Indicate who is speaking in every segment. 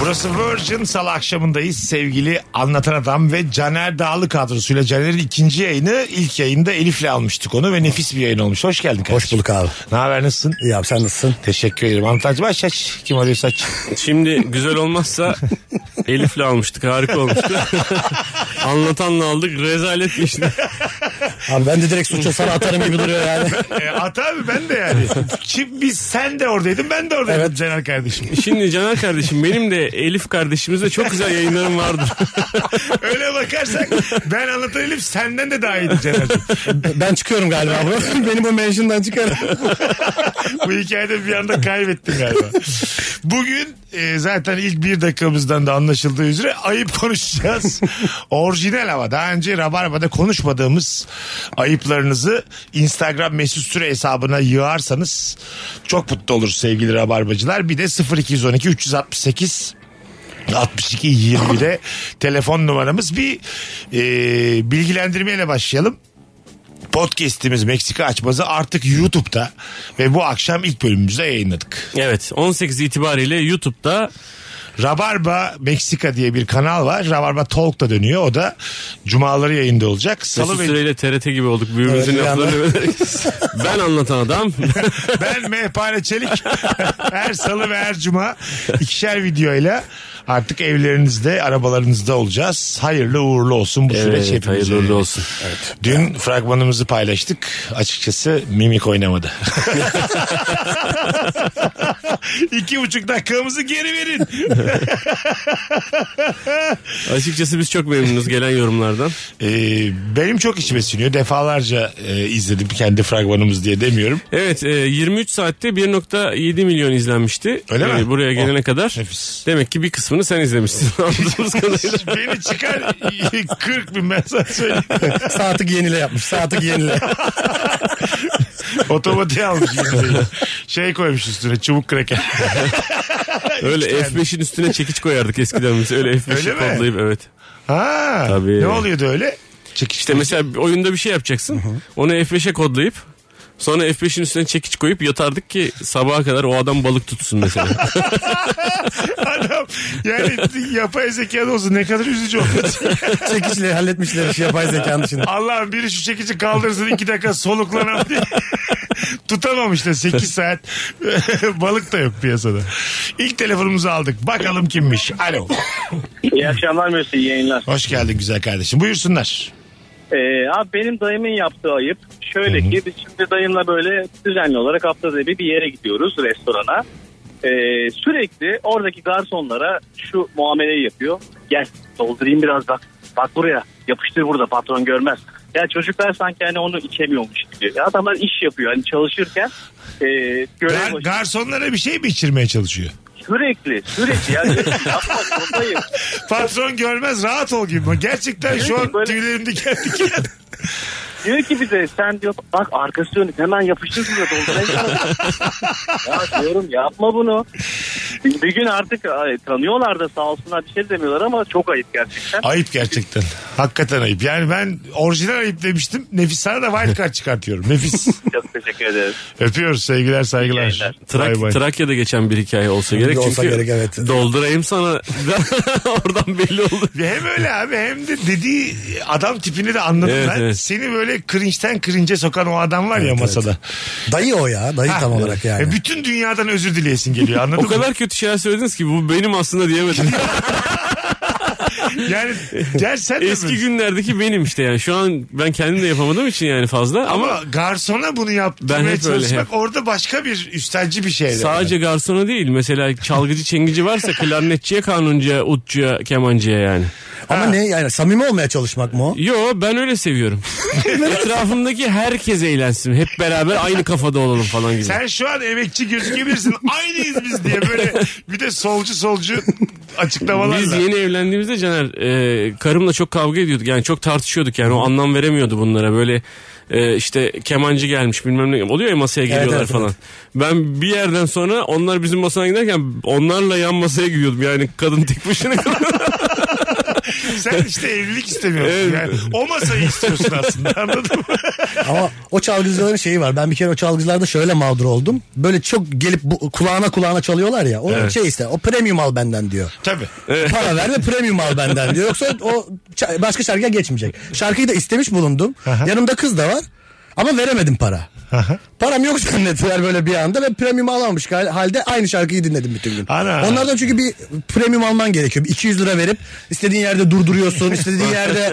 Speaker 1: Burası Virgin Salı akşamındayız sevgili Anlatan Adam ve Caner Dağlı kadrosuyla. Caner'in ikinci yayını ilk yayında Elif'le almıştık onu ve nefis bir yayın olmuş. Hoş geldin kardeşim.
Speaker 2: Hoş bulduk abi.
Speaker 1: Ne haber nasılsın?
Speaker 2: İyi abi sen nasılsın?
Speaker 1: Teşekkür ederim. Anlatancım aç aç. Kim arıyorsa aç.
Speaker 3: Şimdi güzel olmazsa Elif'le almıştık harika olmuştu. Anlatanla aldık rezalet bir işte.
Speaker 2: Abi ben de direkt suçu sana atarım gibi duruyor yani.
Speaker 1: e, at abi ben de yani. Kim, biz, sen de oradaydın ben de oradaydım Caner kardeşim.
Speaker 3: Şimdi Caner kardeşim benim de Elif kardeşimizle çok güzel yayınlarım vardır.
Speaker 1: Öyle bakarsak ben anlatan Elif senden de daha iyiydi Caner'cim.
Speaker 2: Ben çıkıyorum galiba bu. Beni bu mention'dan çıkarım.
Speaker 1: Bu hikayede bir anda kaybettin galiba. Bugün e, zaten ilk bir dakikamızdan da anlaşıldığı üzere ayıp konuşacağız. Orijinal ama daha önce Rabarba'da konuşmadığımız ayıplarınızı Instagram mesut süre hesabına yığarsanız çok mutlu oluruz sevgili Rabarbacılar. Bir de 0212 368 62 20'de telefon numaramız. Bir e, bilgilendirmeyle başlayalım. Podcast'imiz Meksika açmazı artık YouTube'da ve bu akşam ilk bölümümüzde yayınladık.
Speaker 3: Evet 18 itibariyle YouTube'da
Speaker 1: Rabarba Meksika diye bir kanal var. Rabarba Talk da dönüyor. O da cumaları yayında olacak. Salı
Speaker 3: Mesut
Speaker 1: ve
Speaker 3: Süreyle TRT gibi olduk birbirimizin
Speaker 2: Evet, bir
Speaker 3: laflarını överek. Ben anlatan adam.
Speaker 1: ben Mehpare Çelik her salı ve her cuma ikişer videoyla artık evlerinizde, arabalarınızda olacağız. Hayırlı uğurlu olsun bu süreç
Speaker 3: Evet,
Speaker 1: hepimize.
Speaker 3: hayırlı uğurlu olsun.
Speaker 1: Dün fragmanımızı paylaştık. Açıkçası mimik oynamadı. İki buçuk dakikamızı geri verin.
Speaker 3: Açıkçası biz çok memnunuz gelen yorumlardan.
Speaker 1: Ee, benim çok içime siniyor. Defalarca e, izledim kendi fragmanımız diye demiyorum.
Speaker 3: Evet e, 23 saatte 1.7 milyon izlenmişti. E,
Speaker 1: Öyle mi?
Speaker 3: Buraya gelene
Speaker 2: Oh,
Speaker 3: kadar.
Speaker 1: nefis.
Speaker 3: Demek ki bir kısmını sen izlemişsin. Anladığımız kadarıyla.
Speaker 1: Beni çıkar 40 bin ben sana söyleyeyim.
Speaker 2: Saati yenile yapmış. Saati yenile.
Speaker 1: Otomatiğe almış. yine beni. Şey koymuş üstüne çubuk kraker.
Speaker 3: Öyle
Speaker 1: Üç tane.
Speaker 3: F5'in üstüne çekiç koyardık eskiden biz. Öyle
Speaker 1: Öyle
Speaker 3: F5'i
Speaker 1: mi?
Speaker 3: kodlayıp evet.
Speaker 1: Ha,
Speaker 3: Tabii.
Speaker 1: Ne oluyordu öyle? Çekiş.
Speaker 3: İşte mesela bir oyunda bir şey yapacaksın. Onu F5'e kodlayıp sonra F5'in üstüne çekiç koyup yatardık ki sabaha kadar o adam balık tutsun mesela.
Speaker 1: Adam yani yapay zeka da olsun ne kadar üzücü olmuş.
Speaker 2: Çekiçleri halletmişler işi yapay zekanın dışında.
Speaker 1: Allah'ım biri şu çekici kaldırsın iki dakika soluklanam diye. Tutamamış da 8 saat balık da yok piyasada. İlk telefonumuzu aldık. Bakalım kimmiş. Alo.
Speaker 4: İyi akşamlar Mesut iyi yayınlar.
Speaker 1: Hoş geldin güzel kardeşim. Buyursunlar.
Speaker 4: Ee, abi benim dayımın yaptığı ayıp şöyle ki biz şimdi dayımla böyle düzenli olarak haftada bir bir yere gidiyoruz restorana. Ee, sürekli oradaki garsonlara şu muameleyi yapıyor. Gel doldurayım biraz bak. Bak buraya yapıştır burada patron görmez. Ya çocuklar sanki hani onu içemiyormuş gibi. Ya adamlar iş yapıyor hani çalışırken. E, görev
Speaker 1: Gar-
Speaker 4: başı-
Speaker 1: garsonlara bir şey mi içirmeye çalışıyor?
Speaker 4: sürekli sürekli ya diyorum ki, yapma zorundayım.
Speaker 1: Patron görmez rahat ol gibi. mi? Gerçekten şu an
Speaker 4: Böyle-
Speaker 1: tüylerim diken diken.
Speaker 4: Diyor ki bize sen diyor bak arkası dönük hemen yapıştır diyor doldurayım. ya diyorum yapma bunu. Bir gün artık ay, tanıyorlar da sağ olsunlar bir şey demiyorlar ama çok ayıp gerçekten.
Speaker 1: ayıp gerçekten. Hakikaten ayıp. Yani ben orijinal ayıp demiştim. Nefis sana da wildcard çıkartıyorum. Nefis.
Speaker 4: Çok teşekkür ederim.
Speaker 1: Öpüyoruz sevgiler saygılar.
Speaker 4: Yayınlar.
Speaker 3: Trak-
Speaker 1: Bay bay.
Speaker 3: Trakya'da geçen bir hikaye olsa gerek.
Speaker 2: Olsa
Speaker 3: Çünkü
Speaker 2: gerek, evet.
Speaker 3: doldurayım sana. Oradan belli oldu.
Speaker 1: Ve Hem öyle abi hem de dediği adam tipini de anladım
Speaker 3: Evet,
Speaker 1: ben.
Speaker 3: evet.
Speaker 1: Seni böyle cringe'ten cringe'e sokan o adam var ya masada.
Speaker 2: Dayı o ya. Dayı tam olarak yani.
Speaker 1: E, bütün dünyadan özür dileyesin geliyor anladın
Speaker 3: O kadar kötü şeyler söylediniz ki bu benim aslında diyemedim.
Speaker 1: mı? Yani gel sen de
Speaker 3: Eski
Speaker 1: böyle.
Speaker 3: günlerdeki benim işte yani. Şu an ben kendim de yapamadığım için yani fazla ama
Speaker 1: Ama garsona bunu
Speaker 3: Ben hep
Speaker 1: yaptırmaya
Speaker 3: öyle,
Speaker 1: çalışmak
Speaker 3: hep.
Speaker 1: orada başka bir üstelci bir şey.
Speaker 3: Sadece garsona değil mesela çalgıcı çengici varsa klarnetçiye kanuncuya utçuya kemancıya yani.
Speaker 2: Ama ne yani samimi olmaya çalışmak mı o?
Speaker 3: Yo ben öyle seviyorum. Etrafımdaki herkes eğlensin. Hep beraber aynı kafada olalım falan gibi.
Speaker 1: Sen şu an emekçi gözükebilirsin. Aynıyız biz diye böyle bir de solcu solcu açıklamalarla.
Speaker 3: Biz yeni evlendiğimizde Caner e, karımla çok kavga ediyorduk. Yani çok tartışıyorduk yani. O anlam veremiyordu bunlara. Böyle e, işte kemancı gelmiş bilmem ne. Oluyor ya masaya geliyorlar
Speaker 2: evet,
Speaker 3: falan. Ben bir yerden sonra onlar bizim masaya giderken onlarla yan masaya giriyordum. Yani kadın tek başına
Speaker 1: Sen işte evlilik istemiyorsun.
Speaker 3: Evet.
Speaker 1: Yani o masayı istiyorsun aslında anladın mı?
Speaker 2: Ama o çalgıcıların şeyi var. Ben bir kere o çalgıcılarda şöyle mağdur oldum. Böyle çok gelip bu, kulağına kulağına çalıyorlar ya. O şey işte o premium al benden diyor.
Speaker 1: Tabii.
Speaker 2: Para ver ve premium al benden diyor. Yoksa o ça- başka şarkıya geçmeyecek. Şarkıyı da istemiş bulundum. Yanımda kız da var. Ama veremedim para. Param yok zannettiler böyle bir anda ve premium alamamış hal- halde aynı şarkıyı dinledim bütün gün.
Speaker 1: Ana.
Speaker 2: Onlardan çünkü bir premium alman gerekiyor. Bir 200 lira verip istediğin yerde durduruyorsun. istediğin yerde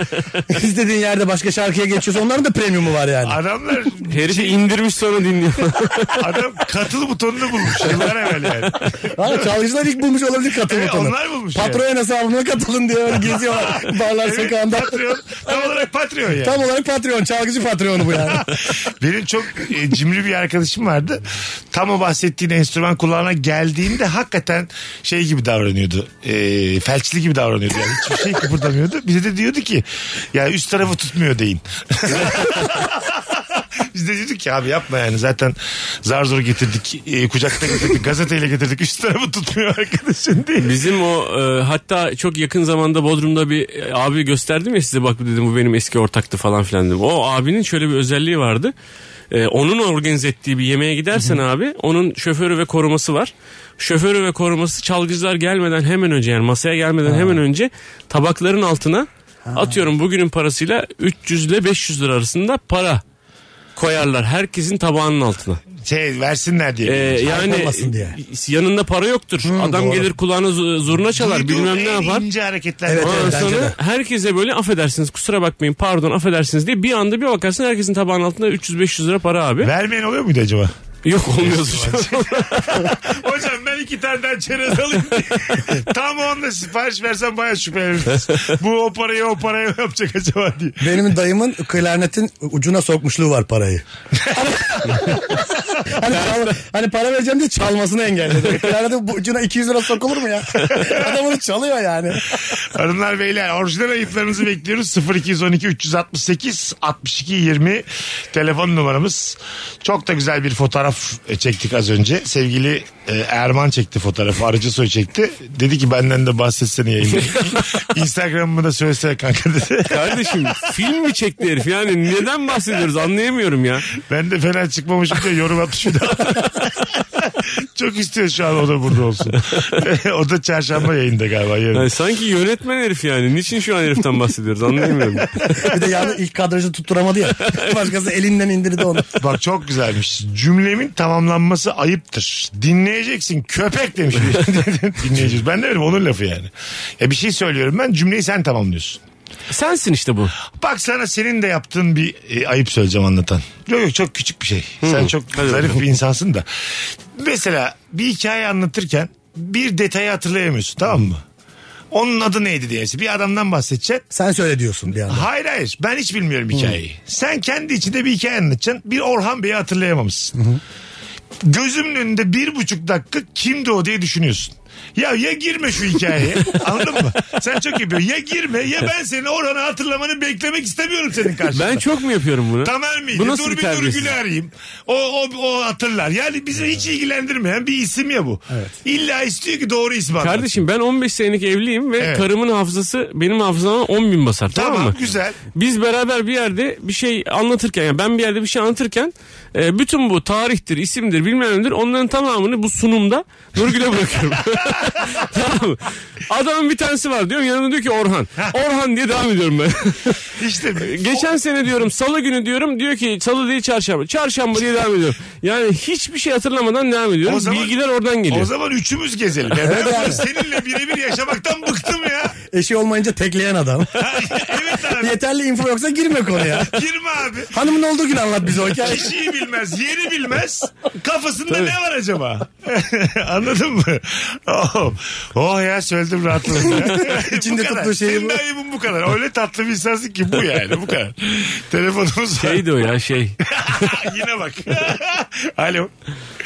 Speaker 2: istediğin yerde başka şarkıya geçiyorsun. Onların da premiumu var yani.
Speaker 1: Adamlar
Speaker 3: herifi indirmiş sonra dinliyor.
Speaker 1: adam katıl butonunu bulmuş yıllar evvel yani.
Speaker 2: Ha, çalgıcılar ilk bulmuş olabilir katıl
Speaker 1: Evet,
Speaker 2: butonu.
Speaker 1: onlar bulmuş
Speaker 2: Patroya nasıl alınıyor katılın diye öyle geziyorlar barlar
Speaker 1: Evet,
Speaker 2: sokağında.
Speaker 1: Patreon. Tam olarak Patreon yani.
Speaker 2: Tam olarak Patreon, çalgıcı Patreon'u bu yani.
Speaker 1: Benim çok e, cimri bir arkadaşım vardı. Tam o bahsettiğin enstrüman kulağına geldiğinde hakikaten şey gibi davranıyordu. E, felçli gibi davranıyordu yani. Hiçbir şey kıpırdamıyordu. Bize de diyordu ki ya üst tarafı tutmuyor deyin. Biz de dedik ki abi yapma yani zaten zar zor getirdik e, kucakta getirdik gazeteyle getirdik üst tarafı tutmuyor arkadaşın diye.
Speaker 3: Bizim o e, hatta çok yakın zamanda Bodrum'da bir e, abi gösterdim ya size bak dedim bu benim eski ortaktı falan filan dedim. O abinin şöyle bir özelliği vardı. E, onun organize ettiği bir yemeğe gidersen abi onun şoförü ve koruması var. Şoförü ve koruması çalgıcılar gelmeden hemen önce yani masaya gelmeden hemen önce tabakların altına atıyorum bugünün parasıyla 300 ile 500 lira arasında para koyarlar herkesin tabağının altına.
Speaker 1: Şey versinler diye.
Speaker 3: Ee, yani
Speaker 2: olmasın diye.
Speaker 3: yanında para yoktur. Adam
Speaker 2: doğru.
Speaker 3: gelir kulağına zu- zurna çalar
Speaker 1: Duyduğum
Speaker 3: bilmem ne
Speaker 1: şey. en
Speaker 3: yapar.
Speaker 1: ince hareketler.
Speaker 2: Evet,
Speaker 1: Aa,
Speaker 2: evet.
Speaker 3: Ondan
Speaker 2: bence
Speaker 3: sonra
Speaker 2: de.
Speaker 3: herkese böyle affedersiniz kusura bakmayın pardon affedersiniz diye bir anda bir bakarsın herkesin tabağının altında 300-500 lira para abi.
Speaker 1: Vermeyen oluyor muydu acaba?
Speaker 3: Yok olmuyor suçum.
Speaker 1: Hocam ben iki tane daha çerez alayım diye. Tam onda sipariş versen baya şüpheleniriz. Bu o parayı o parayı mı yapacak acaba diye.
Speaker 2: Benim dayımın klarnetin ucuna sokmuşluğu var parayı. hani, para, hani para vereceğim diye çalmasını engelledi. Klarnetin bu ucuna 200 lira sokulur mu ya? Adam onu çalıyor yani.
Speaker 1: Hanımlar beyler orijinal ayıplarınızı bekliyoruz. 0212 368 62 20 telefon numaramız. Çok da güzel bir fotoğraf e, çektik az önce. Sevgili e, Erman çekti fotoğrafı. Arıcı soy çekti. Dedi ki benden de bahsetsene yayında. Instagram'ımı da söylesene kanka dedi.
Speaker 3: Kardeşim film mi çekti herif yani neden bahsediyoruz anlayamıyorum ya.
Speaker 1: Ben de fena çıkmamışım diye yorum atmış bir daha. Çok istiyor şu an o da burada olsun. o da çarşamba yayında galiba yarın.
Speaker 3: Yani sanki yönetmen herif yani niçin şu an heriften bahsediyoruz anlayamıyorum.
Speaker 2: Bir de yani ilk kadrajı tutturamadı ya. Başkası elinden indirdi onu.
Speaker 1: Bak çok güzelmiş. Cümlemin tamamlanması ayıptır. Dinleyeceksin köpek demiş. Dinleyeceğiz. Ben de öyle onun lafı yani. Ya bir şey söylüyorum ben cümleyi sen tamamlıyorsun.
Speaker 3: Sensin işte bu.
Speaker 1: Bak sana senin de yaptığın bir e, ayıp söyleyeceğim anlatan. Yok yok çok küçük bir şey. Sen çok zarif bir insansın da. Mesela bir hikaye anlatırken bir detayı hatırlayamıyorsun tamam mı? Onun adı neydi diye. Bir adamdan bahsedeceksin.
Speaker 2: Sen söyle diyorsun bir anda.
Speaker 1: Hayır hayır ben hiç bilmiyorum hikayeyi. Sen kendi içinde bir hikaye anlatacaksın. Bir Orhan Bey'i hatırlayamamışsın. Gözümün önünde bir buçuk dakika kimdi o diye düşünüyorsun. Ya ya girme şu hikayeye anladın mı? Sen çok yapıyorsun. Ya girme ya ben seni Orhan'ı hatırlamanı beklemek istemiyorum senin karşında.
Speaker 3: Ben çok mu yapıyorum bunu?
Speaker 1: Tamer miydi?
Speaker 3: Bu nasıl
Speaker 1: dur
Speaker 3: bir
Speaker 1: bir dur
Speaker 3: terbiyesiz?
Speaker 1: Gül'ü arayayım. O, o, o hatırlar. Yani bizi hiç ilgilendirmeyen bir isim ya bu. İlla istiyor ki doğru ismi anlatsın.
Speaker 3: Kardeşim ben 15 senelik evliyim ve
Speaker 1: Evet.
Speaker 3: karımın hafızası benim hafızama 10 bin basar tamam,
Speaker 1: Tamam,
Speaker 3: mı?
Speaker 1: güzel.
Speaker 3: Biz beraber bir yerde bir şey anlatırken yani ben bir yerde bir şey anlatırken e, bütün bu tarihtir, isimdir, bilmem nedir onların tamamını bu sunumda Nurgül'e bırakıyorum. tamam mı? Adamın bir tanesi var diyorum yanımda diyor ki Orhan. Orhan diye devam ediyorum ben.
Speaker 1: İşte
Speaker 3: Geçen sene diyorum salı günü diyorum diyor ki salı değil çarşamba. Çarşamba diye devam ediyorum. Yani hiçbir şey hatırlamadan devam ediyorum.
Speaker 1: O zaman-
Speaker 3: Bilgiler oradan geliyor.
Speaker 1: O zaman üçümüz gezelim. Ya ben
Speaker 2: Evet
Speaker 1: bunu
Speaker 2: abi.
Speaker 1: seninle birebir yaşamaktan bıktım ya.
Speaker 2: Eşi olmayınca tekleyen adam.
Speaker 1: evet abi.
Speaker 2: Yeterli info yoksa girme konuya.
Speaker 1: Girme abi.
Speaker 2: Hanımın olduğu gün anlat bize o hikayeyi.
Speaker 1: Kişiyi bilmez, yeri bilmez. Kafasında ne var acaba? Anladın mı? Oh, oh ya söyledim rahatladım. ya.
Speaker 2: İçinde
Speaker 1: Bu kadar.
Speaker 2: tuttuğu şey
Speaker 1: Senin
Speaker 2: bu.
Speaker 1: ayıbın bu kadar. Öyle tatlı bir insansın ki bu yani bu kadar. Telefonumuz var.
Speaker 3: Şeydi o ya şey.
Speaker 1: Yine bak. Alo.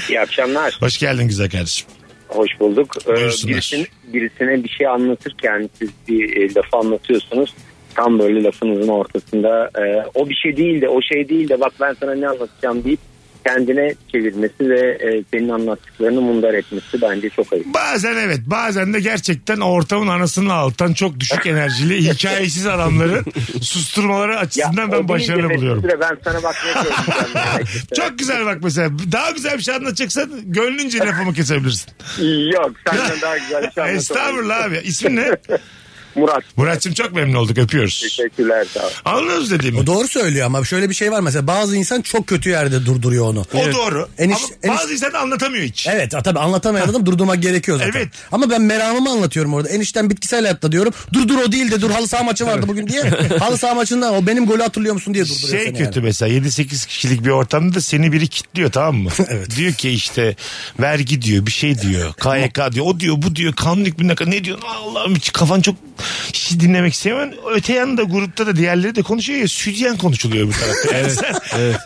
Speaker 5: İyi akşamlar.
Speaker 1: Hoş geldin güzel kardeşim.
Speaker 5: Hoş bulduk. Ee,
Speaker 1: Buyursunlar.
Speaker 5: birisine, birisine bir şey anlatırken siz bir e, lafı anlatıyorsunuz. Tam böyle lafınızın ortasında e, o bir şey değil de o şey değil de bak ben sana ne anlatacağım deyip kendine çevirmesi ve e, senin anlattıklarını mundar etmesi bence çok ayıp.
Speaker 1: Bazen evet bazen de gerçekten ortamın anasının alttan çok düşük enerjili hikayesiz adamların susturmaları açısından ben başarılı buluyorum.
Speaker 5: De ben sana bak ne söyleyeceğim.
Speaker 1: Çok güzel bak mesela. Daha güzel bir şey anlatacaksan gönlünce lafımı kesebilirsin.
Speaker 5: Yok senden daha güzel bir şey anlatamayız.
Speaker 1: Estağfurullah abi. İsmin ne?
Speaker 5: Murat
Speaker 1: Murat'cığım çok memnun olduk. Öpüyoruz.
Speaker 5: teşekkürler sağ ol.
Speaker 1: Anladınız
Speaker 2: O
Speaker 1: dediğimi.
Speaker 2: doğru söylüyor ama şöyle bir şey var mesela bazı insan çok kötü yerde durduruyor onu.
Speaker 1: O doğru.
Speaker 2: Eniş-
Speaker 1: Ama
Speaker 2: eniş-
Speaker 1: bazı insan anlatamıyor hiç.
Speaker 2: Evet a- tabii anlatamayan adam durdurmak gerekiyor zaten.
Speaker 1: Evet.
Speaker 2: Ama ben meramımı anlatıyorum orada. Enişten bitkisel hayatta diyorum. Dur dur o değil de dur halı saha maçı vardı bugün diye. halı saha maçından o benim golü hatırlıyor musun diye durduruyor
Speaker 1: Şey
Speaker 2: seni
Speaker 1: kötü
Speaker 2: yani.
Speaker 1: mesela 7-8 kişilik bir ortamda da seni biri kitliyor tamam mı? Diyor ki işte vergi diyor bir şey diyor KYK diyor o diyor bu diyor kanun hükmünde ne diyorsun Allah'ım hiç kafan çok hiç dinlemek istemiyorum. Öte yanda grupta da diğerleri de konuşuyor ya sütyen konuşuluyor bir tarafta. Yani sen,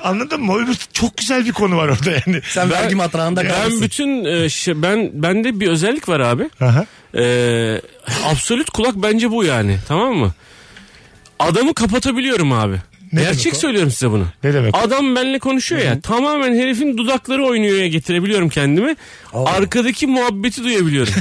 Speaker 1: Anladın mı? Öbür çok güzel bir konu var orada yani.
Speaker 2: Sen vergi matrağında
Speaker 3: Ben
Speaker 2: kalırsın.
Speaker 3: bütün e, şey, ben bende bir özellik var abi.
Speaker 1: Aha.
Speaker 3: Ee, absolut kulak bence bu yani tamam mı? Adamı kapatabiliyorum abi.
Speaker 1: Ne demek
Speaker 3: Gerçek
Speaker 1: o?
Speaker 3: söylüyorum size bunu.
Speaker 1: Ne demek o?
Speaker 3: Adam benimle konuşuyor ya. Tamamen herifin dudakları oynuyor ya getirebiliyorum kendimi. Arkadaki muhabbeti duyabiliyorum.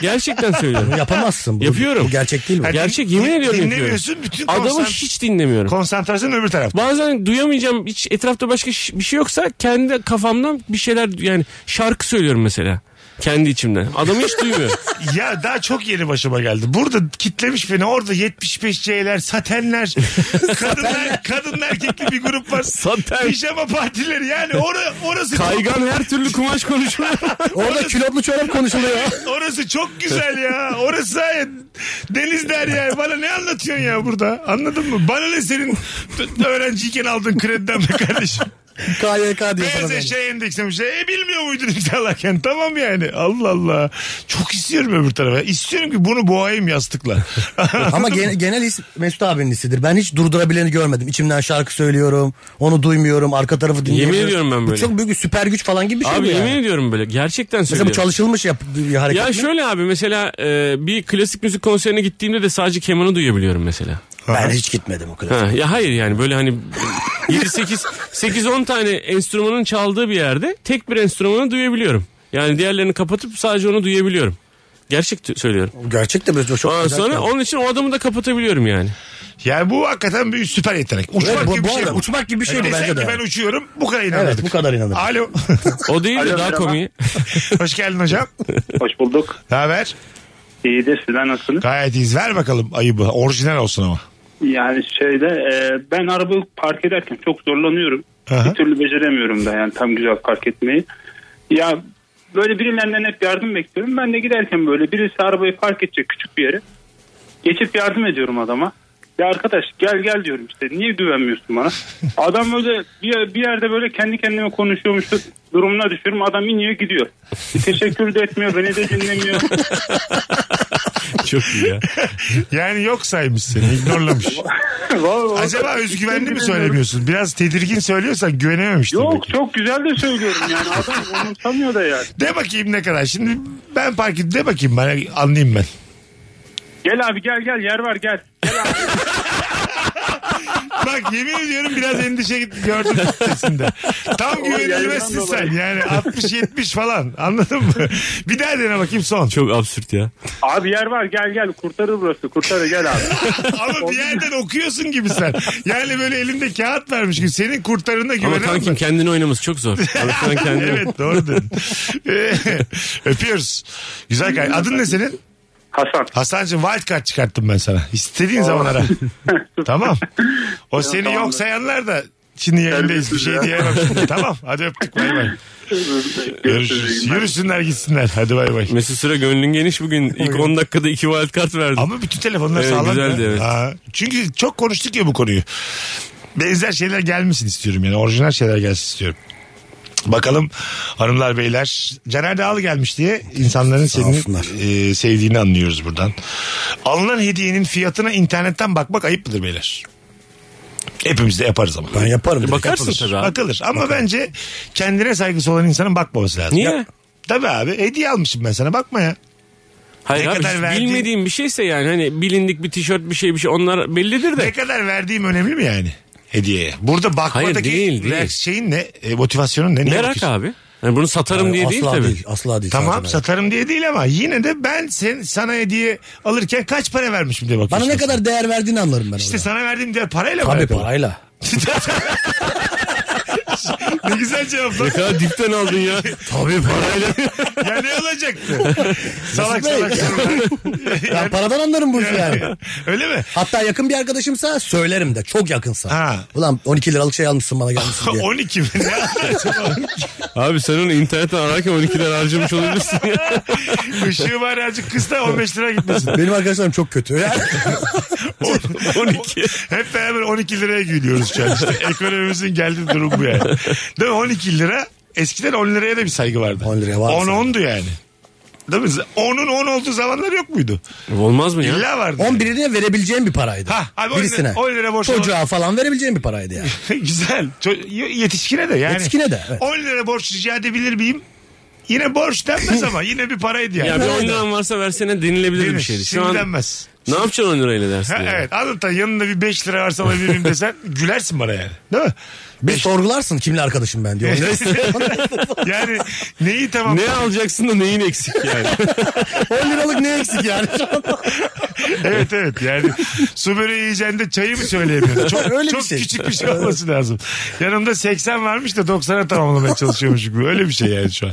Speaker 3: Gerçekten söylüyorum.
Speaker 2: Yapamazsın. Bu,
Speaker 3: Yapıyorum. Hani
Speaker 2: Bu gerçek değil mi?
Speaker 1: Yani
Speaker 3: Gerçek yemin ediyorum yapıyorum.
Speaker 1: Dinlemiyorsun bütün
Speaker 3: Adamı
Speaker 1: konsant-
Speaker 3: hiç dinlemiyorum.
Speaker 1: konsantrasyon öbür tarafta.
Speaker 3: Bazen duyamayacağım hiç etrafta başka ş- bir şey yoksa kendi kafamdan bir şeyler yani şarkı söylüyorum mesela. Kendi içimden. Adamı hiç duymuyor.
Speaker 1: Ya daha çok yeni başıma geldi. Burada kitlemiş beni. Orada 75 C'ler, satenler, kadınlar, kadın erkekli bir grup var.
Speaker 3: Saten.
Speaker 1: Pijama partileri yani ora- orası
Speaker 3: Kaygan her türlü kumaş konuşuyor.
Speaker 2: Orada külotlu çorap konuşuluyor.
Speaker 1: orası çok güzel ya. Orası hayır. Deniz der ya. Bana ne anlatıyorsun ya burada? Anladın mı? Bana ne senin öğrenciyken aldığın krediden be kardeşim?
Speaker 2: KYK diyor sana.
Speaker 1: Beyaz
Speaker 3: şey-
Speaker 2: ben.
Speaker 1: eşeğe endekslemiş. E bilmiyor muydun imzalarken? Tamam yani. Allah Allah. Çok istiyorum öbür tarafa. İstiyorum ki bunu boğayım yastıkla.
Speaker 2: Ama gen- genel his Mesut abinin hissidir. Ben hiç durdurabileni görmedim. İçimden şarkı söylüyorum. Onu duymuyorum. Arka tarafı dinleyemiyorum.
Speaker 3: ediyorum ben
Speaker 2: Bu
Speaker 3: böyle.
Speaker 2: çok büyük bir süper güç falan gibi bir şey
Speaker 3: Abi
Speaker 2: bu yani.
Speaker 3: yemin ediyorum böyle. Gerçekten
Speaker 2: Mesela bu
Speaker 3: söylüyorum.
Speaker 2: çalışılmış yap- bir hareket
Speaker 3: ya
Speaker 2: mi?
Speaker 3: şöyle abi mesela e, bir klasik müzik konserine gittiğimde de sadece kemanı duyabiliyorum mesela.
Speaker 2: Ben hiç gitmedim o kadar.
Speaker 3: Ha, ya hayır yani böyle hani 7 8 8 10 tane enstrümanın çaldığı bir yerde tek bir enstrümanı duyabiliyorum. Yani diğerlerini kapatıp sadece onu duyabiliyorum. Gerçek t- söylüyorum.
Speaker 2: Gerçek de böyle çok
Speaker 3: Ondan
Speaker 2: güzel.
Speaker 3: sonra
Speaker 2: şey.
Speaker 3: onun için o adamı da kapatabiliyorum yani.
Speaker 1: Yani bu hakikaten bir süper yetenek. Uçmak
Speaker 2: Evet, bu-
Speaker 1: gibi bir
Speaker 2: bu
Speaker 1: şey
Speaker 2: arada
Speaker 1: bu.
Speaker 2: uçmak gibi bir şey bu
Speaker 1: Desen
Speaker 2: bence
Speaker 1: ki
Speaker 2: de.
Speaker 1: ben uçuyorum bu kadar inanırdık.
Speaker 2: Evet bu kadar inanırım.
Speaker 1: Alo.
Speaker 3: O değil de daha komiği.
Speaker 1: Hoş geldin hocam.
Speaker 6: Hoş bulduk.
Speaker 1: Ne haber?
Speaker 6: İyidir sizler nasılsınız?
Speaker 1: Gayet iyiyiz. Ver bakalım ayıbı. Orijinal olsun ama.
Speaker 6: Yani şeyde e, ben arabayı park ederken çok zorlanıyorum.
Speaker 1: Aha.
Speaker 6: Bir türlü beceremiyorum da yani tam güzel park etmeyi. Ya böyle birilerinden hep yardım bekliyorum. Ben de giderken böyle birisi arabayı park edecek küçük bir yere. Geçip yardım ediyorum adama. Ya arkadaş gel gel diyorum işte. Niye güvenmiyorsun bana? Adam böyle bir, bir yerde böyle kendi kendime konuşuyormuş durumuna düşüyorum. Adam iniyor gidiyor. Teşekkür de etmiyor. Beni de dinlemiyor.
Speaker 3: Çok iyi ya.
Speaker 1: Yani yok saymış seni. ignorlamış.
Speaker 6: Vallahi-
Speaker 1: Acaba özgüvenli mi söylemiyorsun? Biraz tedirgin söylüyorsan güvenememiş tabii
Speaker 6: Yok
Speaker 1: ki.
Speaker 6: çok güzel de söylüyorum yani adam umursamıyor da yani.
Speaker 1: De bakayım ne kadar. Şimdi ben park et- de bakayım bana anlayayım ben.
Speaker 6: Gel abi gel gel yer var gel.
Speaker 1: Bak yemin ediyorum biraz endişe git- gördüm sesinde. Tam güvenilmezsin sen yani 60-70 falan anladın mı? Bir daha dene bakayım son.
Speaker 3: Çok absürt ya.
Speaker 6: Abi yer var gel gel kurtarır burası kurtarır gel abi.
Speaker 1: Ama bir yerden okuyorsun gibi sen. Yani böyle elinde kağıt vermiş gibi. Senin kurtarında
Speaker 3: Ama
Speaker 1: güvenemem.
Speaker 3: kankim kendini oynaması çok zor. Alıştıran kendini.
Speaker 1: Evet doğru dedin. Öpüyoruz. Güzel kay. Adın ne senin?
Speaker 6: Hasan.
Speaker 1: Hasan'cığım wildcard çıkarttım ben sana. İstediğin zaman ara. tamam. O seni
Speaker 6: tamamdır.
Speaker 1: yok sayanlar da şimdi yayındayız bir şey diyemem şimdi. Tamam hadi öptük bay bay. Görüşürüz. Yürüsünler gitsinler. Hadi bay bay.
Speaker 3: Mesut Süre gönlün geniş bugün. İlk 10 dakikada 2 wild card verdi.
Speaker 1: Ama bütün telefonlar
Speaker 3: Evet,
Speaker 1: sağlam.
Speaker 3: güzeldi,
Speaker 1: ya.
Speaker 3: evet.
Speaker 1: Ha, çünkü çok konuştuk ya bu konuyu. Benzer şeyler gelmesin istiyorum yani. Orijinal şeyler gelsin istiyorum. Bakalım hanımlar beyler. Caner Dağlı gelmiş diye insanların seni
Speaker 2: olsunlar.
Speaker 1: e, sevdiğini anlıyoruz buradan. Alınan hediyenin fiyatına internetten bakmak ayıp mıdır beyler? Hepimiz de yaparız ama.
Speaker 2: Ben yaparım. direkt.
Speaker 3: Bakarsın tabii abi.
Speaker 1: Bakılır ama bence kendine saygısı olan insanın bakmaması lazım.
Speaker 3: Niye?
Speaker 1: Ya- Tabii abi hediye almışım ben sana bakma ya.
Speaker 3: Hayır
Speaker 1: Ne
Speaker 3: abi
Speaker 1: kadar
Speaker 3: hiç
Speaker 1: verdiğin-
Speaker 3: bilmediğim bir şeyse yani hani bilindik bir tişört bir şey bir şey onlar bellidir
Speaker 1: Ne
Speaker 3: de.
Speaker 1: kadar verdiğim önemli mi yani hediyeye? Burada bakmadaki
Speaker 3: Hayır, değil, değil.
Speaker 1: reaks- şeyin ne? E, motivasyonun ne? Niye
Speaker 3: Merak
Speaker 1: bakıyorsun?
Speaker 3: abi. Yani bunu satarım diye
Speaker 2: asla
Speaker 3: değil tabii.
Speaker 2: Asla değil.
Speaker 1: Tamam
Speaker 2: Sadece ben.
Speaker 1: satarım diye değil ama yine de ben sen, sana hediye alırken kaç para vermişim diye
Speaker 2: Bana
Speaker 1: bakıyorsun.
Speaker 2: ne kadar değer verdiğini anlarım ben
Speaker 1: İşte
Speaker 2: orada.
Speaker 1: sana verdiğim diğer parayla mı?
Speaker 2: Tabii
Speaker 1: yapıyorsun?
Speaker 2: parayla.
Speaker 1: ne güzel cevap lan.
Speaker 3: Ya dipten aldın ya.
Speaker 2: Tabii parayla.
Speaker 1: ya ne olacaktı? salak
Speaker 2: Bey.
Speaker 1: salak sorular.
Speaker 2: ben paradan anlarım bu işi yani.
Speaker 1: Öyle mi?
Speaker 2: Hatta yakın bir arkadaşımsa söylerim de çok yakınsa.
Speaker 1: Ha.
Speaker 2: Ulan 12 liralık şey almışsın bana gelmişsin diye.
Speaker 1: 12 mi? Ne alakası var?
Speaker 3: Abi sen onu internetten ararken 12'ler harcamış olabilirsin ya.
Speaker 1: Işığı var azıcık kısa 15 lira gitmesin.
Speaker 2: Benim arkadaşlarım çok kötü. Yani
Speaker 1: On-
Speaker 3: 12.
Speaker 1: Hep beraber 12 liraya gülüyoruz şu an işte. Ekonomimizin geldiği durum bu yani. Değil mi? 12 lira eskiden 10 liraya da bir saygı vardı.
Speaker 2: 10 liraya var
Speaker 1: 10
Speaker 2: saygı.
Speaker 1: 10'du yani. Değil mi? 10'un 10 olduğu zamanlar yok muydu?
Speaker 3: Olmaz mı ya?
Speaker 1: İlla vardı.
Speaker 2: 11'ine verebileceğim bir paraydı.
Speaker 1: Ha, abi on lira-
Speaker 2: Birisine.
Speaker 1: on lira borç
Speaker 2: Çocuğa falan verebileceğim bir paraydı yani.
Speaker 1: Güzel. Ço- yetişkine de yani.
Speaker 2: Yetişkine de, evet.
Speaker 1: 10 lira borç rica edebilir miyim? Yine borç denmez ama yine bir paraydı yani.
Speaker 3: Ya bir 10 liran varsa versene denilebilir
Speaker 1: Denir.
Speaker 3: bir şeydi. Şu
Speaker 1: Şimdi
Speaker 3: an
Speaker 1: denmez.
Speaker 3: ne yapacaksın 10 lirayla dersin?
Speaker 1: Ha,
Speaker 3: yani?
Speaker 1: evet. Anlatan yanında bir 5 lira varsa alabilir miyim desen gülersin bana yani. Değil mi?
Speaker 2: Bir sorgularsın kimle arkadaşım ben diyor.
Speaker 1: yani neyi tamam
Speaker 3: Ne alacaksın da neyin eksik yani?
Speaker 2: 10 liralık ne eksik yani?
Speaker 1: evet evet yani su böreği yiyeceğinde çayı mı söyleyemiyorsun? Çok,
Speaker 2: Öyle bir
Speaker 1: çok
Speaker 2: şey.
Speaker 1: küçük bir şey olması lazım. Yanımda 80 varmış da 90'a tamamlamaya çalışıyormuş gibi. Öyle bir şey yani şu an.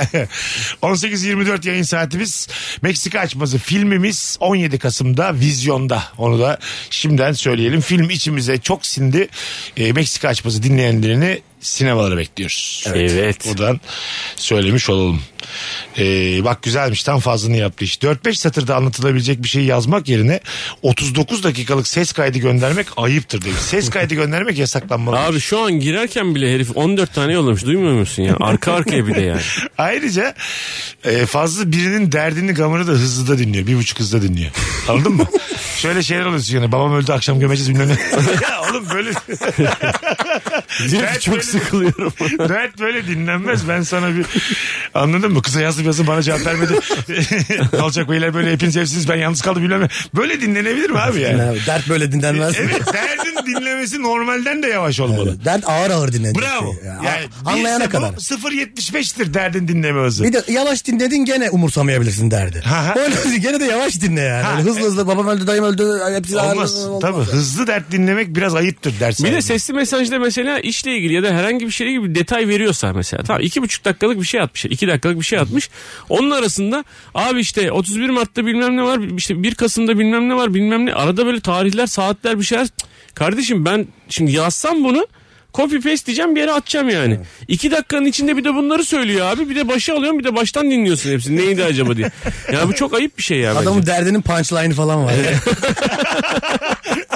Speaker 1: 18-24 yayın saatimiz. Meksika açması filmimiz 17 Kasım'da vizyonda. Onu da şimdiden söyleyelim. Film içimize çok sindi. Ee, Meksika açması dinleyenlerini sinemalara bekliyoruz.
Speaker 3: Evet.
Speaker 1: Buradan söylemiş olalım. Ee, bak güzelmiş tam fazlını yaptı iş. 4-5 satırda anlatılabilecek bir şeyi yazmak yerine 39 dakikalık ses kaydı göndermek ayıptır demiş. Ses kaydı göndermek yasaklanmalı.
Speaker 3: Abi şu an girerken bile herif 14 tane yollamış duymuyor musun ya? Arka arkaya bir de yani.
Speaker 1: Ayrıca e, fazla birinin derdini gamını da hızlıda dinliyor. Bir buçuk hızda dinliyor. Anladın mı? Şöyle şeyler oluyor yani. Babam öldü akşam gömeceğiz bilmem ne. ya oğlum böyle... Dert
Speaker 3: çok
Speaker 1: böyle-
Speaker 3: sıkılıyorum.
Speaker 1: Dert böyle dinlenmez. Ben sana bir anladın mı? Kısa yazdım yazdım bana cevap vermedi. Kalacak beyler böyle hepiniz hepsiniz ben yalnız kaldım bilmem ne. Böyle dinlenebilir mi abi yani?
Speaker 2: Yani Dert böyle dinlenmez.
Speaker 1: evet derdin dinlemesi normalden de yavaş olmalı.
Speaker 2: Dert ağır ağır dinlenecek.
Speaker 1: Bravo.
Speaker 2: şey. Ya,
Speaker 1: Yani
Speaker 2: anlayana
Speaker 1: bilse
Speaker 2: kadar.
Speaker 1: Bu 0.75'tir derdin dinleme hızı.
Speaker 2: Bir de yavaş dinledin gene umursamayabilirsin derdi.
Speaker 1: Ha, ha.
Speaker 2: Öyle gene de yavaş dinle yani.
Speaker 1: Ha, e-
Speaker 2: Öyle hızlı hızlı babam öldü dayım öldü hepsi ağır-
Speaker 1: Olmaz. Tabii hızlı dert dinlemek biraz ayıptır ders.
Speaker 3: Bir de
Speaker 1: sahibine.
Speaker 3: sesli mesajda mesela işle ilgili ya da herhangi bir şeyle ilgili bir detay veriyorsa mesela. Tamam iki buçuk dakikalık bir şey atmış. iki dakikalık bir şey atmış. Onun arasında abi işte 31 Mart'ta bilmem ne var. işte 1 Kasım'da bilmem ne var bilmem ne. Arada böyle tarihler saatler bir şeyler. Cık, Kardeşim ben şimdi yazsam bunu copy paste diyeceğim bir yere atacağım yani. İki dakikanın içinde bir de bunları söylüyor abi. Bir de başı alıyorum bir de baştan dinliyorsun hepsini. Neydi acaba diye. Ya bu çok ayıp bir şey ya. bence.
Speaker 2: Adamın derdinin punchline'ı falan var.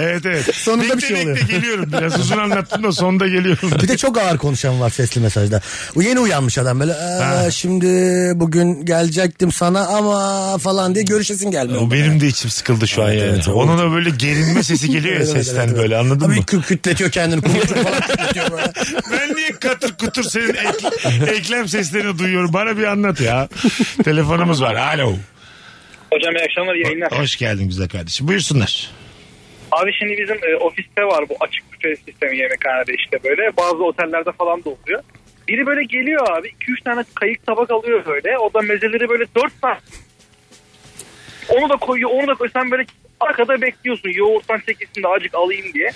Speaker 1: Evet evet.
Speaker 2: Sonunda
Speaker 1: Bekle,
Speaker 2: bir şey
Speaker 1: bekle
Speaker 2: oluyor.
Speaker 1: geliyorum biraz. Uzun anlattım da sonunda geliyorum.
Speaker 2: Bir de çok ağır konuşan var sesli mesajda. O Yeni uyanmış adam böyle. "Aa, şimdi bugün gelecektim sana ama falan diye görüşesin gelmiyor.
Speaker 1: O benim de içim sıkıldı şu an yani.
Speaker 2: evet, o-
Speaker 1: Onun da böyle gerinme sesi geliyor ya
Speaker 2: Evet, evet,
Speaker 1: sesten
Speaker 2: evet.
Speaker 1: böyle anladın
Speaker 2: Tabii
Speaker 1: mı?
Speaker 2: kü- kütletiyor kendini. Kumrucuk falan kütletiyor böyle.
Speaker 1: Ben niye katır kutur senin ek- eklem seslerini duyuyorum? Bana bir anlat ya. Telefonumuz var. Alo.
Speaker 4: Hocam iyi akşamlar iyi yayınlar.
Speaker 1: Hoş geldin güzel kardeşim. Buyursunlar.
Speaker 4: Abi şimdi bizim e, ofiste var bu açık büfe sistemi yemekhanede işte böyle. Bazı otellerde falan da oluyor. Biri böyle geliyor abi 2-3 tane kayık tabak alıyor böyle. O da mezeleri böyle 4 tane. Onu da koyuyor onu da koyuyor. Sen böyle arkada bekliyorsun yoğurttan çekilsin de acık alayım diye.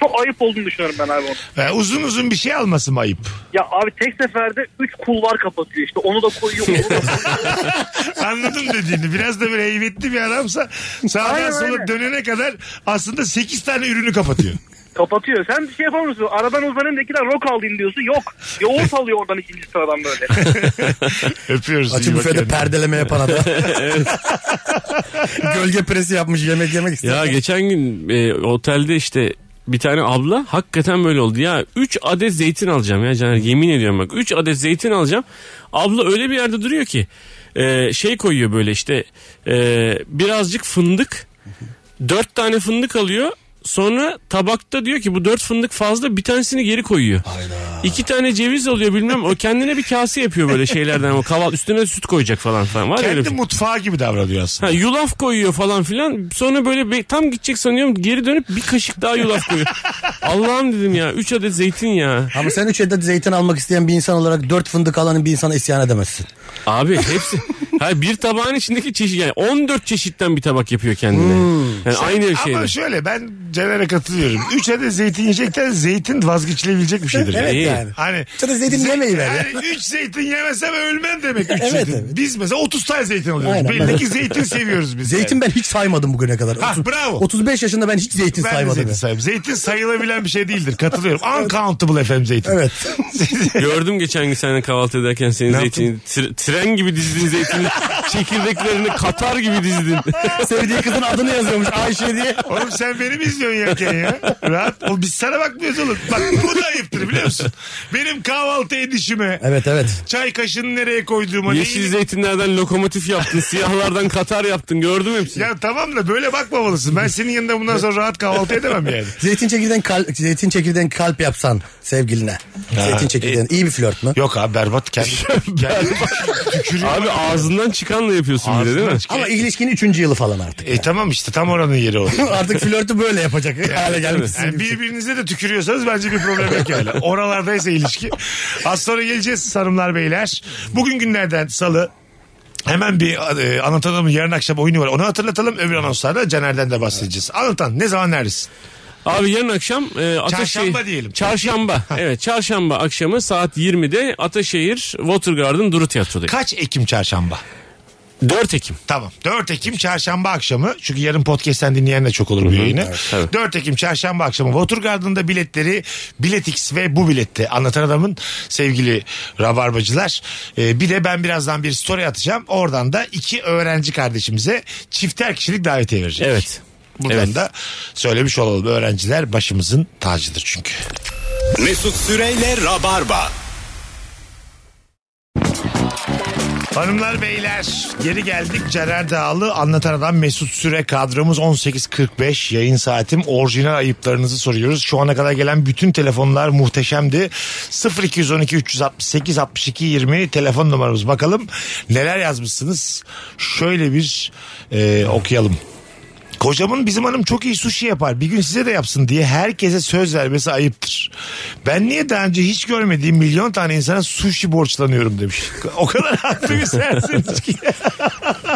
Speaker 4: Çok ayıp olduğunu düşünüyorum ben abi onu.
Speaker 1: Ee, uzun uzun bir şey alması mı ayıp?
Speaker 4: Ya abi tek seferde 3 kulvar kapatıyor işte. Onu da koyuyor onu da koyuyor.
Speaker 1: Anladım dediğini. Biraz da böyle heybetli bir adamsa sağdan
Speaker 4: Aynen,
Speaker 1: sola
Speaker 4: aynen.
Speaker 1: dönene kadar aslında 8 tane ürünü kapatıyor.
Speaker 4: Kapatıyor. Sen bir şey yapar mısın? Aradan uzanayım da iki tane rock alayım diyorsun. Yok. Yoğurt alıyor oradan ikinci sıradan böyle.
Speaker 1: Öpüyoruz.
Speaker 2: Açık
Speaker 1: iyi bak
Speaker 2: büfede
Speaker 1: kendine.
Speaker 2: perdeleme yapan adam. Gölge presi yapmış yemek yemek istiyor.
Speaker 3: Ya geçen gün e, otelde işte bir tane abla hakikaten böyle oldu. Ya 3 adet zeytin alacağım ya Caner yemin ediyorum bak 3 adet zeytin alacağım. Abla öyle bir yerde duruyor ki e, şey koyuyor böyle işte e, birazcık fındık 4 tane fındık alıyor. Sonra tabakta diyor ki bu dört fındık fazla bir tanesini geri koyuyor. İki tane ceviz alıyor bilmem o kendine bir kase yapıyor böyle şeylerden o kaval üstüne de süt koyacak falan falan var ya öyle bir-
Speaker 1: Kendi mutfağı gibi davranıyor aslında.
Speaker 3: Ha, yulaf koyuyor falan filan. Sonra böyle be- tam gidecek sanıyorum geri dönüp bir kaşık daha yulaf koyuyor. Allah'ım dedim ya 3 adet zeytin ya.
Speaker 2: Ama sen üç adet zeytin almak isteyen bir insan olarak dört fındık alanın bir insana isyan edemezsin.
Speaker 3: Abi hepsi hayır, bir tabağın içindeki çeşit yani 14 çeşitten bir tabak yapıyor kendine. Yani aynı
Speaker 1: Şey, Ama
Speaker 3: şeyde.
Speaker 1: şöyle ben Caner'e katılıyorum. Üç adet zeytin yiyecekten zeytin vazgeçilebilecek bir şeydir.
Speaker 2: Evet
Speaker 1: yani.
Speaker 3: İyi.
Speaker 2: yani.
Speaker 1: Hani
Speaker 2: Üç adet zeytin yemeyi ver ya.
Speaker 1: Yani üç zeytin yemesem ölmem demek üç
Speaker 2: Evet,
Speaker 1: zeytin.
Speaker 2: evet.
Speaker 1: Biz mesela 30 tane zeytin alıyoruz.
Speaker 2: Aynen,
Speaker 1: Belli
Speaker 2: ben-
Speaker 1: ki zeytin seviyoruz biz.
Speaker 2: Zeytin
Speaker 1: yani.
Speaker 2: ben hiç saymadım bugüne kadar.
Speaker 1: Ha,
Speaker 2: Otuz-
Speaker 1: bravo.
Speaker 2: 35 yaşında ben hiç zeytin
Speaker 1: ben de
Speaker 2: saymadım.
Speaker 1: zeytin
Speaker 2: ya.
Speaker 1: sayayım. Zeytin sayılabilen bir şey değildir. Katılıyorum. Uncountable efendim zeytin.
Speaker 2: Evet.
Speaker 3: Gördüm geçen gün seninle kahvaltı ederken senin
Speaker 1: Ne
Speaker 3: zeytini tr- tren gibi dizdin zeytini. çekirdeklerini katar gibi dizdin.
Speaker 2: Sevdiği kızın adını yazıyormuş Ayşe diye.
Speaker 1: Oğlum sen beni mi izliyorsun yerken ya? Rahat ol. Biz sana bakmıyoruz oğlum. Bak bu da ayıptır biliyor musun? Benim kahvaltı edişime.
Speaker 2: Evet evet.
Speaker 1: Çay kaşığını nereye koyduğuma.
Speaker 3: Yeşil
Speaker 1: neyi-
Speaker 3: zeytinlerden lokomotif yaptın. Siyahlardan katar yaptın. Gördüm hepsini.
Speaker 1: Ya tamam da böyle bakmamalısın. Ben senin yanında bundan sonra rahat kahvaltı edemem yani.
Speaker 2: Zeytin çekirdeğin kalp, zeytin çekirdeğin kalp yapsan sevgiline. Zeytin çekirdeğin iyi bir flört mü?
Speaker 1: e- Yok abi berbat kendi. kendi tükürüyor.
Speaker 3: Abi ağzından çıkanla yapıyorsun bir de değil mi?
Speaker 1: Ağzından çıkıyor.
Speaker 2: Ama ilişkinin üçüncü yılı falan artık.
Speaker 1: E tamam işte tam oranın yeri o.
Speaker 2: artık flörtü böyle yapacak hale gelmişsin.
Speaker 1: Yani birbirinize de tükürüyorsanız bence bir problem yok yani. Oralardaysa ilişki. Az sonra geleceğiz hanımlar beyler. Bugün günlerden salı. Hemen bir e, anlatalım yarın akşam oyunu var. Onu hatırlatalım öbür anonslarda Caner'den de bahsedeceğiz. Anlatan ne zaman neredesin?
Speaker 3: Abi yarın akşam e, Ataşehir...
Speaker 1: Çarşamba diyelim.
Speaker 3: Çarşamba. evet çarşamba akşamı saat 20'de Ataşehir Watergarden Duru Tiyatro'dayım.
Speaker 1: Kaç Ekim çarşamba?
Speaker 3: 4 Ekim.
Speaker 1: Tamam. 4 Ekim çarşamba akşamı. Çünkü yarın podcast'ten dinleyen de çok olur bu yayını. 4 Ekim çarşamba akşamı Watergarden'da biletleri Biletix ve bu bilette anlatan adamın sevgili rabarbacılar. Ee, bir de ben birazdan bir story atacağım. Oradan da iki öğrenci kardeşimize çifter kişilik davetiye vereceğiz.
Speaker 3: Evet.
Speaker 1: Buradan
Speaker 3: Evet.
Speaker 1: da söylemiş olalım. Öğrenciler başımızın tacıdır çünkü.
Speaker 7: Mesut Süreyle Rabarba.
Speaker 1: Hanımlar beyler geri geldik Caner Dağlı anlatan adam Mesut Süre kadromuz 18.45 yayın saatim orijinal ayıplarınızı soruyoruz. Şu ana kadar gelen bütün telefonlar muhteşemdi 0212 368 62 20 telefon numaramız bakalım neler yazmışsınız şöyle bir e, okuyalım. Kocamın bizim hanım çok iyi sushi yapar. Bir gün size de yapsın diye herkese söz vermesi ayıptır. Ben niye daha önce hiç görmediğim milyon tane insana sushi borçlanıyorum demiş. O kadar haklı bir serseniz ki.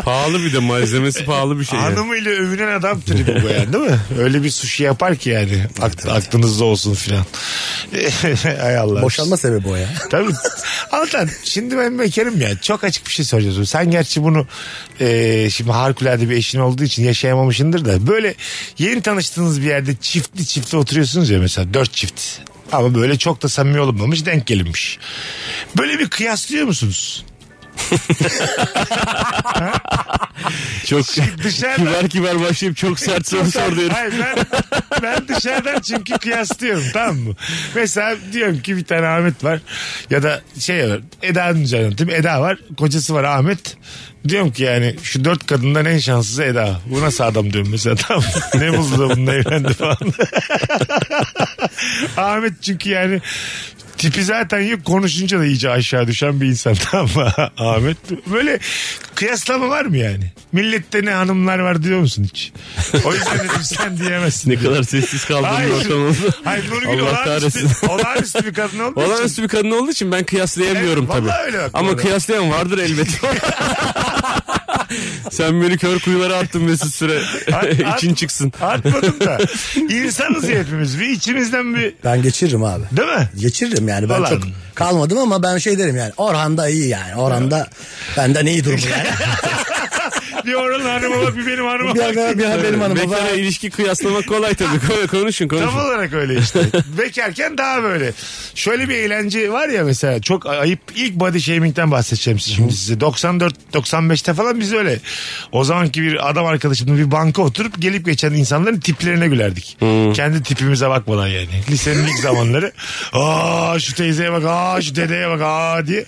Speaker 3: Pahalı bir de malzemesi pahalı bir şey. yani.
Speaker 1: Hanımıyla övünen adam tribi bu yani değil mi? Öyle bir sushi yapar ki yani. Ak- aklınızda olsun filan. Hay Allah.
Speaker 2: Boşanma sebebi o ya.
Speaker 1: Tabii. Altan şimdi ben bekarım ya. Çok açık bir şey soracağız. Sen gerçi bunu e, şimdi harikulade bir eşin olduğu için yaşayamamışsındır da. Böyle yeni tanıştığınız bir yerde çiftli çiftli oturuyorsunuz ya mesela dört çift. Ama böyle çok da samimi olunmamış denk gelinmiş. Böyle bir kıyaslıyor musunuz?
Speaker 3: Çok
Speaker 1: Dışarıdan
Speaker 3: kibar kibar başlayıp çok sert soru sordu herif.
Speaker 1: Hayır ben, ben dışarıdan çünkü kıyaslıyorum tamam mı? Mesela diyorum ki bir tane Ahmet var ya da şey var Eda'nın canım değil mi? Eda var kocası var Ahmet. Diyorum ki yani şu dört kadından en şanslısı Eda. Bu nasıl adam diyorum mesela tamam mı? Ne buldu da bununla evlendi falan. Ahmet çünkü yani tipi zaten yok konuşunca da iyice aşağı düşen bir insan tamam mı Ahmet? Böyle kıyaslama var mı yani? Millette ne hanımlar var diyor musun hiç? O yüzden dedim sen diyemezsin.
Speaker 3: Ne kadar sessiz kaldın
Speaker 1: Hayır.
Speaker 3: ortamızda.
Speaker 1: Hayır Nurgül
Speaker 3: Allah kahretsin.
Speaker 1: olağanüstü, olağanüstü bir kadın oldu.
Speaker 3: Olağanüstü bir kadın olduğu için ben kıyaslayamıyorum
Speaker 1: Evet,
Speaker 3: tabii.
Speaker 1: vallahi öyle bak bu
Speaker 3: Ama
Speaker 1: arada.
Speaker 3: kıyaslayan vardır elbet. Sen beni kör kuyulara attın Mesut Süre. İçin çıksın.
Speaker 1: Atmadım da. İnsanız ya hepimiz. Bir içimizden bir...
Speaker 2: Ben geçiririm abi.
Speaker 1: Değil mi?
Speaker 2: Geçiririm yani ben
Speaker 1: Ulan.
Speaker 2: çok kalmadım ama ben şey derim yani Orhan da iyi yani Orhan da benden iyi durumda yani.
Speaker 1: bir oranın hanıma bak bir benim hanıma
Speaker 2: Bir
Speaker 1: bak.
Speaker 2: haber, bir haberim hanım. O
Speaker 3: Bekara
Speaker 2: zaman-
Speaker 3: ilişki kıyaslamak kolay tabii. Ko- Konuşun konuşun.
Speaker 1: Tam olarak öyle işte. Bekarken daha böyle. Şöyle bir eğlence var ya mesela çok ayıp ilk body shaming'den bahsedeceğim şimdi size. 94 95'te falan biz öyle. O zamanki bir adam arkadaşımla bir banka oturup gelip geçen insanların tiplerine gülerdik. Kendi tipimize bakmadan yani. Lisenin ilk zamanları. Aa şu teyzeye bak, aa şu dedeye bak, aa diye.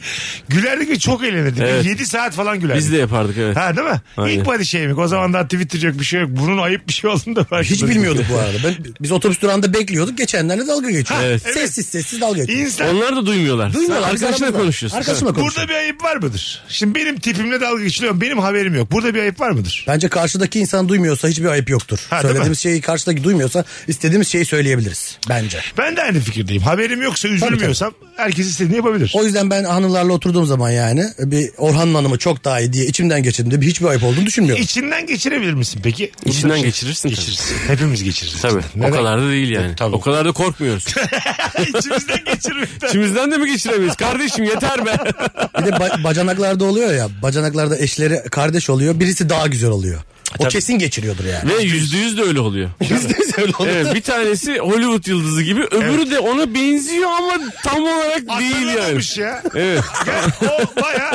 Speaker 1: Gülerdik ve çok eğlenirdik.
Speaker 3: Evet.
Speaker 1: 7 saat falan gülerdik.
Speaker 3: Biz de yapardık evet.
Speaker 1: Ha değil mi?
Speaker 3: Aynen.
Speaker 1: İlk body shaming. O zaman daha Twitter yok bir şey yok. Bunun ayıp bir şey olduğunu da farkındayım.
Speaker 2: Hiç bilmiyorduk bu arada. Ben, biz otobüs durağında bekliyorduk. Geçenlerle dalga geçiyor.
Speaker 1: Ha, evet.
Speaker 2: Sessiz sessiz dalga geçiyor.
Speaker 1: İnsan
Speaker 3: Onlar da duymuyorlar.
Speaker 2: Duymuyorlar.
Speaker 3: Sen
Speaker 2: biz
Speaker 3: Arkadaşına
Speaker 2: aramızda.
Speaker 3: konuşuyorsun.
Speaker 2: Arkadaşımla konuşuyorum.
Speaker 1: Burada bir ayıp var mıdır? Şimdi benim tipimle dalga geçiliyorum. Benim haberim yok. Burada bir ayıp var mıdır?
Speaker 2: Bence karşıdaki insan duymuyorsa hiçbir ayıp yoktur.
Speaker 1: Ha, değil mi?
Speaker 2: Söylediğimiz şeyi karşıdaki duymuyorsa istediğimiz şeyi söyleyebiliriz bence.
Speaker 1: Ben de aynı fikirdeyim. Haberim yoksa üzülmüyorsam herkes istediğini yapabilir.
Speaker 2: O yüzden ben hanımlarla oturduğum zaman yani bir Orhan Hanım'ı çok daha iyi diye içimden geçirdiğimde hiçbir ayıp olduğunu düşünmüyorum.
Speaker 1: İçinden geçirebilir misin peki?
Speaker 3: İçinden
Speaker 1: Bunları-
Speaker 3: geçirirsin tabii.
Speaker 1: Geçirirsin. Hepimiz geçiririz.
Speaker 3: Tabii.
Speaker 1: içinden. Neden?
Speaker 3: O kadar da değil yani.
Speaker 1: Tabii.
Speaker 3: O kadar da korkmuyoruz.
Speaker 1: İçimizden geçirmekten.
Speaker 3: İçimizden de mi geçiremeyiz? Kardeşim yeter be.
Speaker 2: Bir de ba- bacanaklarda oluyor ya bacanaklarda eşleri kardeş oluyor birisi daha güzel oluyor. O kesin geçiriyordur yani.
Speaker 3: Ve yüzde yüz de öyle oluyor.
Speaker 2: Bizde öyle oluyor.
Speaker 3: Evet bir tanesi Hollywood yıldızı gibi öbürü de ona benziyor ama tam olarak değil yani.
Speaker 1: Atlanamamış ya.
Speaker 3: Evet.
Speaker 1: Ya o baya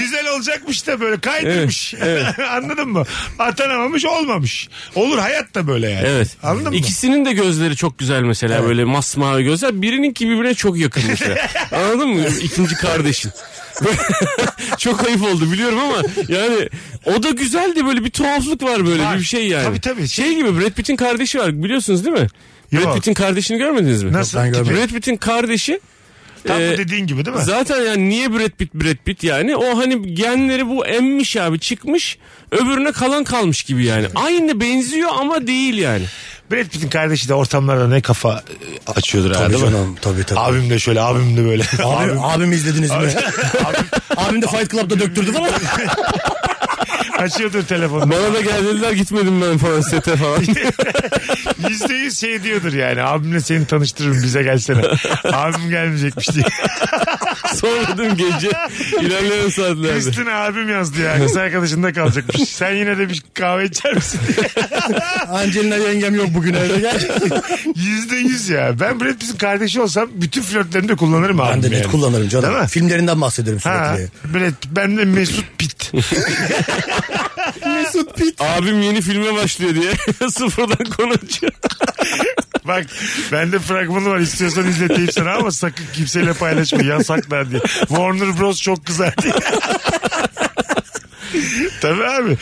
Speaker 1: güzel olacakmış da böyle kaydırmış. Anladın mı? Atanamamış olmamış. Olur hayat da böyle yani.
Speaker 3: Evet.
Speaker 1: Anladın mı?
Speaker 3: İkisinin de gözleri çok güzel mesela böyle masmavi gözler. Birininki birbirine çok yakın mesela. Anladın mı? İkinci kardeşin. çok ayıp oldu biliyorum ama yani o da güzel de böyle bir tuhaflık var böyle
Speaker 1: Var.
Speaker 3: bir şey yani.
Speaker 1: Tabii, tabii.
Speaker 3: Şey gibi Brad Pitt'in kardeşi var biliyorsunuz değil mi?
Speaker 1: Yok.
Speaker 3: Brad Pitt'in kardeşini görmediniz mi?
Speaker 1: Nasıl?
Speaker 2: Ben görmedim.
Speaker 3: Brad Pitt'in kardeşi
Speaker 1: Tam
Speaker 3: e,
Speaker 1: bu dediğin gibi değil mi?
Speaker 3: Zaten yani niye Brad Pitt Brad Pitt yani o hani genleri bu emmiş abi çıkmış öbürüne kalan kalmış gibi yani. Aynı benziyor ama değil yani.
Speaker 1: Brad Pitt'in kardeşi de ortamlarda ne kafa e, açıyordur herhalde
Speaker 2: Tabii
Speaker 1: değil mi?
Speaker 2: canım tabii tabii.
Speaker 1: Abim de şöyle abim de böyle.
Speaker 2: Abi,
Speaker 1: abim,
Speaker 2: abim izlediniz mi? abim, abim de Fight Club'da döktürdü falan.
Speaker 1: açıyordur telefonu.
Speaker 3: Bana da geldiler gitmedim ben falan sete falan.
Speaker 1: Yüzde yüz şey diyordur yani. Abimle seni tanıştırırım bize gelsene. Abim gelmeyecekmiş diye.
Speaker 3: Sormadım gece ilerleyen saatlerde.
Speaker 1: Kristin abim yazdı ya. Kız arkadaşında kalacakmış. Sen yine de bir kahve içer misin diye.
Speaker 2: Angelina yengem yok bugün evde gel.
Speaker 1: Yüzde yüz ya. Ben Brad Pitt'in kardeşi olsam bütün flörtlerimi de kullanırım abim.
Speaker 2: Ben de net
Speaker 1: yani.
Speaker 2: kullanırım canım.
Speaker 1: Değil mi?
Speaker 2: Filmlerinden bahsediyorum
Speaker 1: Ha,
Speaker 2: sürekli.
Speaker 1: Brad Pitt. Ben de Mesut Pitt.
Speaker 2: Mesut Pit.
Speaker 3: Abim yeni filme başlıyor diye sıfırdan konu açıyor.
Speaker 1: Bak bende fragmanı var istiyorsan izleteyim sana ama sakın kimseyle paylaşma yasaklar diye. Warner Bros çok kızar diye. Tabii abi.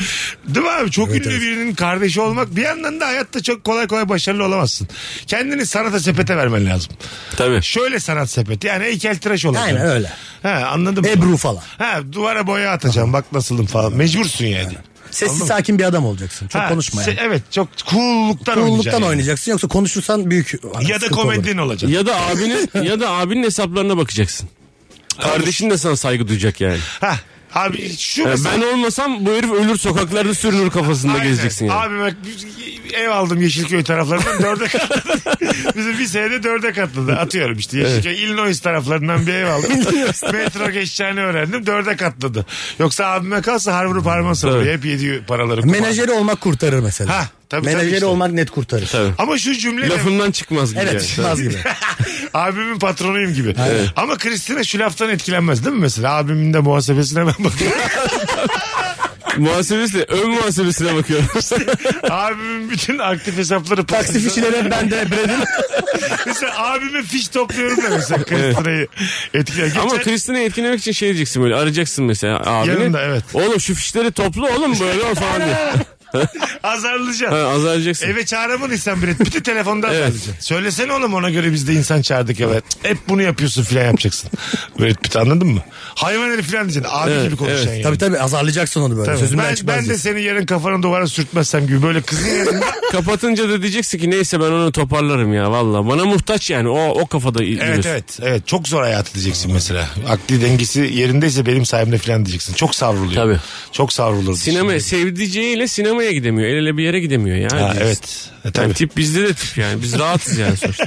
Speaker 1: Değil mi abi? Çok ünlü birinin kardeşi olmak bir yandan da hayatta çok kolay kolay başarılı olamazsın. Kendini sanata sepete vermen lazım.
Speaker 3: Tabii.
Speaker 1: Şöyle sanat sepeti yani heykel tıraş olacaksın.
Speaker 2: Aynen öyle.
Speaker 1: Ha, anladım.
Speaker 2: Ebru falan.
Speaker 1: Ha, duvara boya atacağım bak nasılım falan. Mecbursun yani.
Speaker 2: Sessiz
Speaker 1: Anladın mı?
Speaker 2: sakin bir adam olacaksın. Çok
Speaker 1: Ha,
Speaker 2: konuşma
Speaker 1: se-
Speaker 2: yani.
Speaker 1: Evet çok cool'luktan,
Speaker 2: Cool'luktan
Speaker 1: oynayacaksın. yani.
Speaker 2: oynayacaksın yoksa konuşursan büyük
Speaker 1: Ya da
Speaker 2: sıkıntı olur.
Speaker 1: komedyen olacaksın.
Speaker 3: Ya da abinin ya da abinin hesaplarına bakacaksın. Kardeşin de sana saygı duyacak yani.
Speaker 1: Ha. Abi şu
Speaker 3: Yani
Speaker 1: mesela-
Speaker 3: E, ben olmasam bu herif ölür sokaklarda sürünür kafasında
Speaker 1: Aynen.
Speaker 3: gezeceksin yani.
Speaker 1: Abi bak ev aldım Yeşilköy taraflarından dörde katladı. Bizim bir senede dörde katladı. Atıyorum işte Yeşilköy, Illinois taraflarından bir ev aldım. Metro geçeceğini öğrendim dörde katladı. Yoksa abime kalsa harvuru parmağı satıyor. Hep yediği paraları. kumar.
Speaker 2: Menajeri olmak kurtarır mesela.
Speaker 1: Ha, tabii,
Speaker 2: Menajeri
Speaker 1: tabii işte.
Speaker 2: olmak net kurtarır.
Speaker 1: Ama şu cümle de-
Speaker 3: Lafından çıkmaz gibi.
Speaker 2: Evet
Speaker 3: yani.
Speaker 2: çıkmaz gibi.
Speaker 1: abimin patronuyum gibi. Ama Kristina şu laftan etkilenmez değil mi mesela? Abimin de muhasebesine ben bakıyorum.
Speaker 3: Muhasebesi de ön muhasebesine bakıyorum.
Speaker 1: abimin bütün aktif hesapları
Speaker 2: Taksi fişileri ben de Brad'in.
Speaker 1: Mesela abime fiş topluyorum da mesela Kristina'yı etkiler. Geçen...
Speaker 3: Ama Kristin'i etkilemek için şey diyeceksin böyle arayacaksın mesela abini.
Speaker 1: Yanında, evet.
Speaker 3: Oğlum şu fişleri topla oğlum böyle ol falan diye.
Speaker 1: Azarlayacaksın.
Speaker 3: Ha, azarlayacaksın.
Speaker 1: Eve çağıramadıysan Brad Pitt'i telefondan
Speaker 3: Evet.
Speaker 1: arayacaksın. Söylesene oğlum ona göre biz de insan çağırdık eve. Hep bunu yapıyorsun filan yapacaksın. Brad Pitt anladın mı? Hayvan herif filan diyeceksin. Abi
Speaker 3: Evet,
Speaker 1: gibi konuşacaksın yani.
Speaker 2: Tabii tabii azarlayacaksın onu böyle.
Speaker 1: Tabii.
Speaker 2: Sözünden
Speaker 1: Ben,
Speaker 2: çıkmaz.
Speaker 1: ben de
Speaker 2: diyorsun.
Speaker 1: seni yarın kafanı duvara sürtmezsem gibi böyle kızın yanında.
Speaker 3: Kapatınca da diyeceksin ki neyse ben onu toparlarım ya valla. Bana muhtaç yani o o kafada i-
Speaker 1: evet
Speaker 3: yürüyorsun.
Speaker 1: evet evet çok zor hayatı diyeceksin mesela. Akli dengesi yerindeyse benim sayemde filan diyeceksin. Çok savruluyor.
Speaker 3: Tabii.
Speaker 1: Çok savrulur.
Speaker 3: Sinema sevdiceğiyle sinema sinemaya gidemiyor. El ele bir yere gidemiyor ya.
Speaker 1: Ha,
Speaker 3: Biz-
Speaker 1: evet. E,
Speaker 3: Yani
Speaker 1: tabii.
Speaker 3: tip bizde de tip yani. Biz rahatız yani sonuçta.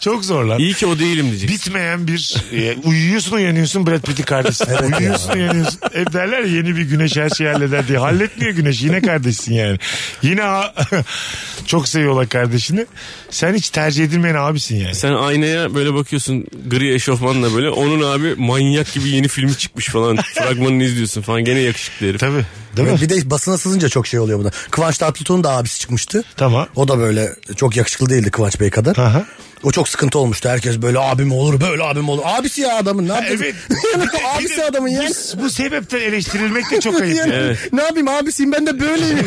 Speaker 1: Çok zor lan.
Speaker 3: İyi ki o değilim diyeceksin.
Speaker 1: Bitmeyen bir e, uyuyorsun uyanıyorsun Brad Pitt'i kardeşsin. uyuyorsun uyanıyorsun. Hep derler ya, yeni bir güneş her şeyi halleder diye. Halletmiyor güneş yine kardeşsin yani. Yine a- çok seviyorlar kardeşini. Sen hiç tercih edilmeyen abisin yani.
Speaker 3: Sen aynaya böyle bakıyorsun gri eşofmanla böyle. Onun abi manyak gibi yeni filmi çıkmış falan. Fragmanını izliyorsun falan. Gene yakışıklı herif.
Speaker 1: Tabii değil mi?
Speaker 2: Bir de basına sızınca çok şey oluyor buna. Kıvanç Tatlıtuğ'un da abisi çıkmıştı.
Speaker 1: Tamam.
Speaker 2: O da böyle çok yakışıklı değildi Kıvanç Bey kadar.
Speaker 1: Aha.
Speaker 2: O çok sıkıntı olmuştu. Herkes böyle abim olur, böyle abim olur. Abisi ya adamın ne yapacağız?
Speaker 1: Evet.
Speaker 2: abisi adamın ya.
Speaker 1: Bu, bu sebepten eleştirilmek de çok ayıp.
Speaker 2: Yani
Speaker 1: yani.
Speaker 2: Ne yapayım abisiyim ben de böyleyim.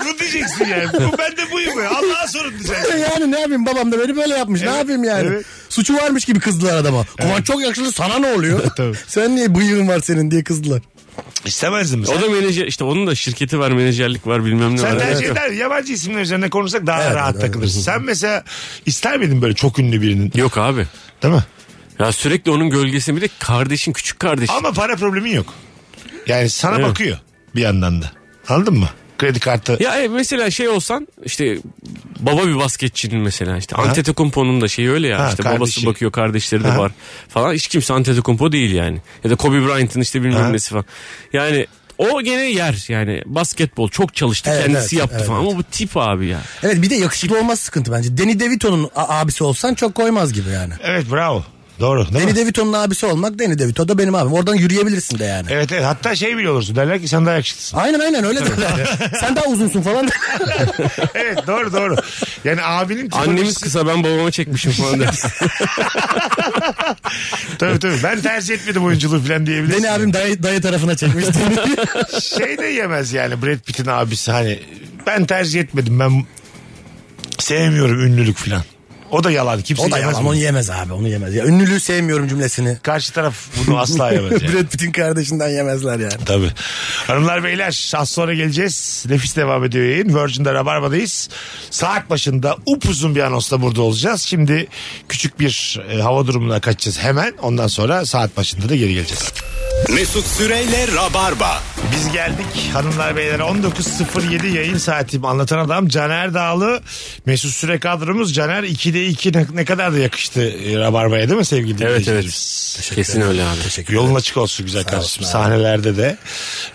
Speaker 1: Bu diyeceksin yani. Bu, ben de buyum. ya. Allah'a sorun diyeceksin.
Speaker 2: yani ne yapayım babam da beni böyle yapmış.
Speaker 1: Evet,
Speaker 2: Ne yapayım yani?
Speaker 1: evet.
Speaker 2: Suçu varmış gibi kızdılar adama. Kıvanç çok yakışıklı sana ne oluyor?
Speaker 1: Tabii.
Speaker 2: Sen niye bıyığın var senin diye kızdılar.
Speaker 1: İstemezdim.
Speaker 3: O da menajer işte onun da şirketi var menajerlik var bilmem ne
Speaker 1: Sen
Speaker 3: var.
Speaker 1: tercih eder. Yabancı isimler üzerine konuşsak daha
Speaker 2: Evet,
Speaker 1: rahat
Speaker 2: evet,
Speaker 1: takılırsın. Sen mesela ister miydin böyle çok ünlü birinin?
Speaker 3: Yok abi.
Speaker 1: Değil mi?
Speaker 3: Ya sürekli onun gölgesinde bir de kardeşin küçük kardeşin.
Speaker 1: Ama para problemin yok. Yani sana
Speaker 3: Evet.
Speaker 1: bakıyor bir yandan da. Anladın mı? Kredi kartı.
Speaker 3: Ya e, mesela şey olsan işte baba bir basketçinin mesela işte Antetokounmpo'nun da şeyi öyle ya
Speaker 1: Ha,
Speaker 3: işte
Speaker 1: kardeşi.
Speaker 3: babası bakıyor kardeşleri de
Speaker 1: Ha.
Speaker 3: var falan hiç kimse Antetokounmpo değil yani ya da Kobe Bryant'ın işte bilmem
Speaker 1: Ha.
Speaker 3: nesi falan yani o gene yer yani basketbol çok çalıştı
Speaker 2: Evet,
Speaker 3: kendisi
Speaker 2: evet,
Speaker 3: yaptı
Speaker 2: evet,
Speaker 3: falan
Speaker 2: evet.
Speaker 3: ama bu tip abi ya
Speaker 2: Evet bir de yakışıklı olması sıkıntı bence. Deni DeVito'nun a- abisi olsan çok koymaz gibi yani.
Speaker 1: Evet bravo. Doğru değil mi?
Speaker 2: Deni DeVito'nun abisi olmak Deni DeVito da benim abim. Oradan yürüyebilirsin de yani.
Speaker 1: Evet, evet hatta şey bile olursun derler ki sen daha yakışıklısın.
Speaker 2: Aynen aynen öyle derler. Sen daha uzunsun falan.
Speaker 1: evet doğru doğru. Yani abinin
Speaker 3: annemiz kısa ben babama çekmişim falan dersin.
Speaker 1: Tabii tabii ben tercih etmedim oyunculuğu falan diyebilirsin.
Speaker 2: Deni abim dayı, dayı tarafına çekmiş. Deni-
Speaker 1: şey de yemez yani Brad Pitt'in abisi hani ben tercih etmedim ben sevmiyorum ünlülük falan. O da yalan kimse
Speaker 2: o da
Speaker 1: yemez.
Speaker 2: yalan
Speaker 1: bunu.
Speaker 2: onu yemez abi onu yemez. Ya, ünlülüğü sevmiyorum cümlesini.
Speaker 1: Karşı taraf bunu asla yemez yani.
Speaker 2: Brad Pitt'in kardeşinden yemezler yani.
Speaker 1: Tabii. Hanımlar beyler az sonra geleceğiz. Nefis devam ediyor yayın. Virgin'de Rabarba'dayız. Saat başında upuzun bir anonsla burada olacağız. Şimdi küçük bir e, hava durumuna kaçacağız hemen. Ondan sonra saat başında da geri geleceğiz.
Speaker 7: Mesut Süreyle Rabarba.
Speaker 1: Biz geldik hanımlar beyler 19.07 yayın saatim anlatan adam Caner Dağlı Mesut Süre kadromuz Caner 2'de 2 ne, ne kadar da yakıştı e, Rabarba'ya değil mi sevgili
Speaker 3: evet evet
Speaker 1: dinleyicilerimiz?
Speaker 3: kesin öyle abi.
Speaker 1: Yolun açık olsun güzel kardeşim. Sahnelerde de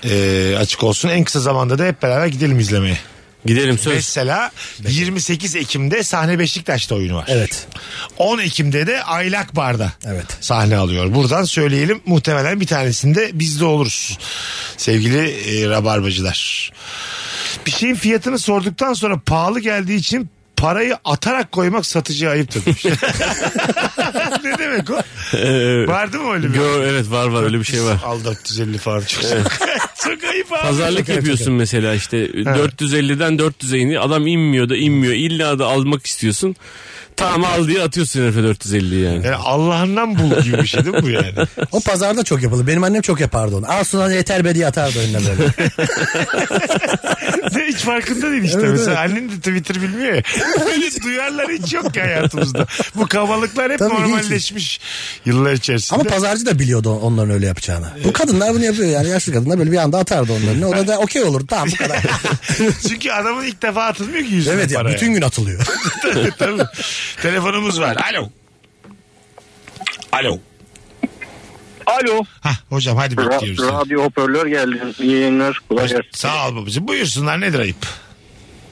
Speaker 1: e, açık olsun. En kısa zamanda da hep beraber gidelim izlemeye.
Speaker 3: Gidelim söz.
Speaker 1: Mesela 28 Ekim'de sahne Beşiktaş'ta oyunu var.
Speaker 2: Evet.
Speaker 1: 10 Ekim'de de Aylak Bar'da
Speaker 2: Evet.
Speaker 1: sahne alıyor. Buradan söyleyelim muhtemelen bir tanesinde biz de oluruz. Sevgili e, rabarbacılar. Bir şeyin fiyatını sorduktan sonra pahalı geldiği için parayı atarak koymak satıcıya ayıptır demiş. ne demek o?
Speaker 3: Ee,
Speaker 1: Vardı mı öyle bir?
Speaker 3: Yo, evet var var öyle bir şey var.
Speaker 1: Al 450 falan çok, çok ayıp abi.
Speaker 3: Pazarlık yapıyorsun mesela işte 450'den 400'e iniyor. Adam inmiyor da inmiyor. İlla da almak istiyorsun. Tamam al diye atıyorsun herife 450'yi yani.
Speaker 1: Yani Allah'ından bul gibi bir şey değil mi bu yani?
Speaker 2: O pazarda çok yapılır. Benim annem çok yapardı onu. Al sudan yeter be diye atardı önüne böyle.
Speaker 1: Hiç farkında değil işte.
Speaker 2: Evet,
Speaker 1: Mesela annen de Twitter bilmiyor ya. Böyle duyarlar hiç yok ya hayatımızda. Bu kavalıklar hep
Speaker 2: Tabii, hiç.
Speaker 1: normalleşmiş yıllar içerisinde.
Speaker 2: Ama pazarcı da biliyordu onların öyle yapacağını. Bu kadınlar bunu yapıyor yani yaşlı kadınlar böyle bir anda atardı onların. önüne. O da, da okey olur tamam bu kadar.
Speaker 1: Çünkü adamın ilk defa atılmıyor ki yüzüne
Speaker 2: evet ya
Speaker 1: para.
Speaker 2: bütün gün atılıyor.
Speaker 1: Tabii, tabii. Telefonumuz var. Alo. Alo.
Speaker 4: Alo.
Speaker 1: Hah, hocam hadi bekliyoruz. seni.
Speaker 5: radyo hoparlör geldi. İyi yayınlar. Kolay gelsin.
Speaker 1: Sağ ol babacığım. Buyursunlar nedir ayıp?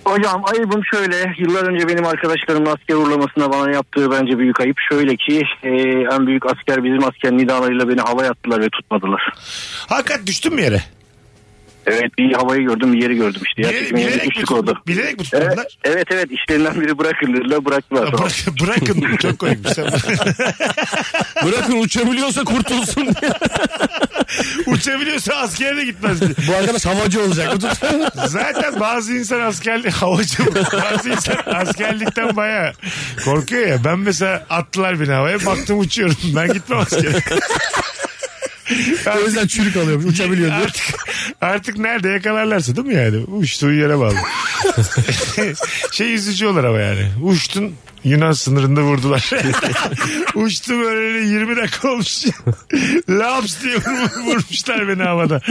Speaker 5: Hocam ayıbım şöyle. Yıllar önce benim arkadaşlarım asker uğurlamasına bana yaptığı bence büyük ayıp. Şöyle ki e, en büyük asker bizim asker nidalarıyla beni havaya attılar ve tutmadılar.
Speaker 1: Hakikat düştün mü yere?
Speaker 5: Evet bir havayı gördüm bir yeri gördüm işte.
Speaker 1: Bile-
Speaker 5: Gerçekten yere
Speaker 1: bilerek mi
Speaker 5: düştük orada.
Speaker 1: tuttu- bilerek mi tuttular?
Speaker 5: Evet, evet evet işlerinden biri bırakın dediler bıraktılar. Tamam.
Speaker 1: Bırakın, bırakın çok koymuş.
Speaker 3: Bırakın uçabiliyorsa kurtulsun.
Speaker 1: Uçabiliyorsa askere de gitmez diye.
Speaker 2: Bu arkadaş havacı olacak. Bu tut-
Speaker 1: Zaten bazı insan askerlik havacı mı? bazı insan askerlikten baya korkuyor ya. Ben mesela attılar beni havaya baktım uçuyorum. Ben gitmem askere.
Speaker 2: o yüzden çürük alıyormuş uçabiliyor diyor.
Speaker 1: Artık, artık nerede yakalarlarsa değil mi yani? Uçtuğu yere bağlı. şey üzücü olur ama yani. Uçtun Yunan sınırında vurdular. Uçtum öyle 20 dakika olmuş. Laps diye vur- vurmuşlar beni havada.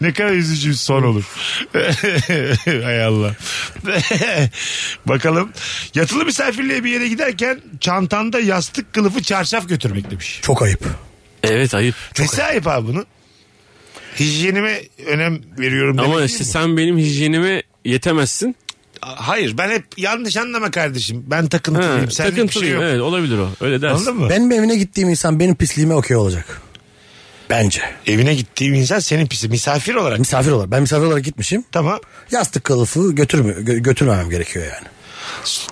Speaker 1: Ne kadar üzücü bir son olur. Hay Allah. Bakalım. Yatılı misafirliğe bir yere giderken çantanda yastık kılıfı çarşaf götürmek demiş.
Speaker 2: Çok ayıp.
Speaker 3: Evet ayıp.
Speaker 1: Nesi ayıp abi bunun? Hijyenime önem veriyorum. demek
Speaker 3: Ama
Speaker 1: değil mi?
Speaker 3: işte sen benim hijyenime yetemezsin.
Speaker 1: Hayır ben hep yanlış anlama kardeşim. Ben
Speaker 3: Ha,
Speaker 1: takıntılıyım. Sen bir şey
Speaker 3: takıntılıyım.
Speaker 1: yok.
Speaker 3: evet olabilir o. Öyle dersin.
Speaker 1: Anladın mı?
Speaker 2: Benim evine gittiğim insan benim pisliğime okey olacak. Bence.
Speaker 1: Evine gittiğim insan senin pisi. Misafir olarak.
Speaker 2: Misafir olarak. Ben misafir olarak gitmişim.
Speaker 1: Tamam.
Speaker 2: Yastık kılıfı götürme, gö- götürmemem gerekiyor yani.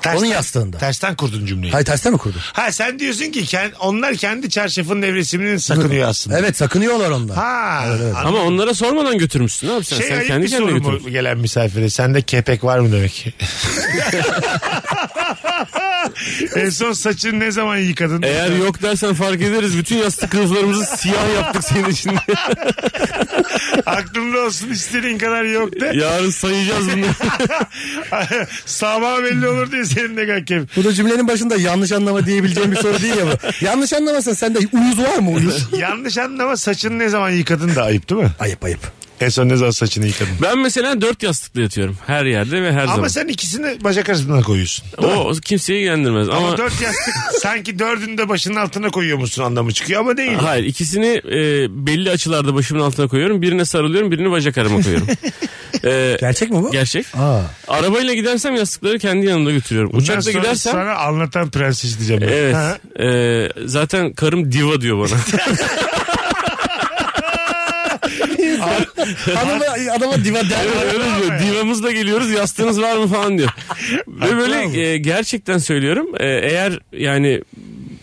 Speaker 1: Tersten,
Speaker 2: Onun yastığında.
Speaker 1: Tersten kurdun cümleyi.
Speaker 2: Hayır terste mi kurdun?
Speaker 1: Ha sen diyorsun ki kend- onlar kendi çarşafının evresimini sakınıyor aslında.
Speaker 2: Evet sakınıyorlar ondan.
Speaker 1: Ha. an-
Speaker 3: Ama onlara sormadan götürmüşsün abi sen.
Speaker 1: Şey
Speaker 3: sen
Speaker 1: ayıp
Speaker 3: kendi
Speaker 1: bir
Speaker 3: kendine
Speaker 1: soru
Speaker 3: götürmüşsün.
Speaker 1: mu gelen misafire? Sende kepek var mı demek? en son saçını ne zaman yıkadın?
Speaker 3: Eğer yok dersen fark ederiz. Bütün yastık kılıflarımızı siyah yaptık senin için.
Speaker 1: Aklımda olsun istediğin kadar yok de.
Speaker 3: Yarın sayacağız bunu.
Speaker 1: Sabah belli olur diye senin ne kadar kepek.
Speaker 2: Bu da cümlenin başında yanlış anlama diyebileceğim bir soru değil ya bu. yanlış anlamasın sende uyuz var mı uyuz?
Speaker 1: Yanlış anlama saçını ne zaman yıkadın da ayıp değil mi?
Speaker 2: ayıp ayıp.
Speaker 1: En son ne zaman saçını yıkadın?
Speaker 3: Ben mesela dört yastıkla yatıyorum. Her yerde ve her zaman.
Speaker 1: Ama sen ikisini bacak arasına koyuyorsun.
Speaker 3: O kimseyi ilgilendirmez. Ama,
Speaker 1: Ama dört yastık sanki dördünü de başının altına koyuyormuşsun anlamı çıkıyor ama değil.
Speaker 3: hayır ikisini e, belli açılarda başımın altına koyuyorum. Birine sarılıyorum birini bacak arama koyuyorum. E,
Speaker 2: Gerçek mi bu?
Speaker 3: gerçek.
Speaker 2: Aa.
Speaker 3: Arabayla gidersem yastıkları kendi yanımda götürüyorum.
Speaker 1: Ben
Speaker 3: Uçakla
Speaker 1: sonra
Speaker 3: gidersem...
Speaker 1: Sana anlatan prenses diyeceğim. ben.
Speaker 3: Evet.
Speaker 1: Ha?
Speaker 3: E, zaten karım diva diyor bana.
Speaker 2: Adama, adama diva der.
Speaker 3: Evet, öyle diyor. Divamızla geliyoruz yastığınız var mı falan diyor. Ve böyle e, gerçekten söylüyorum. E, eğer yani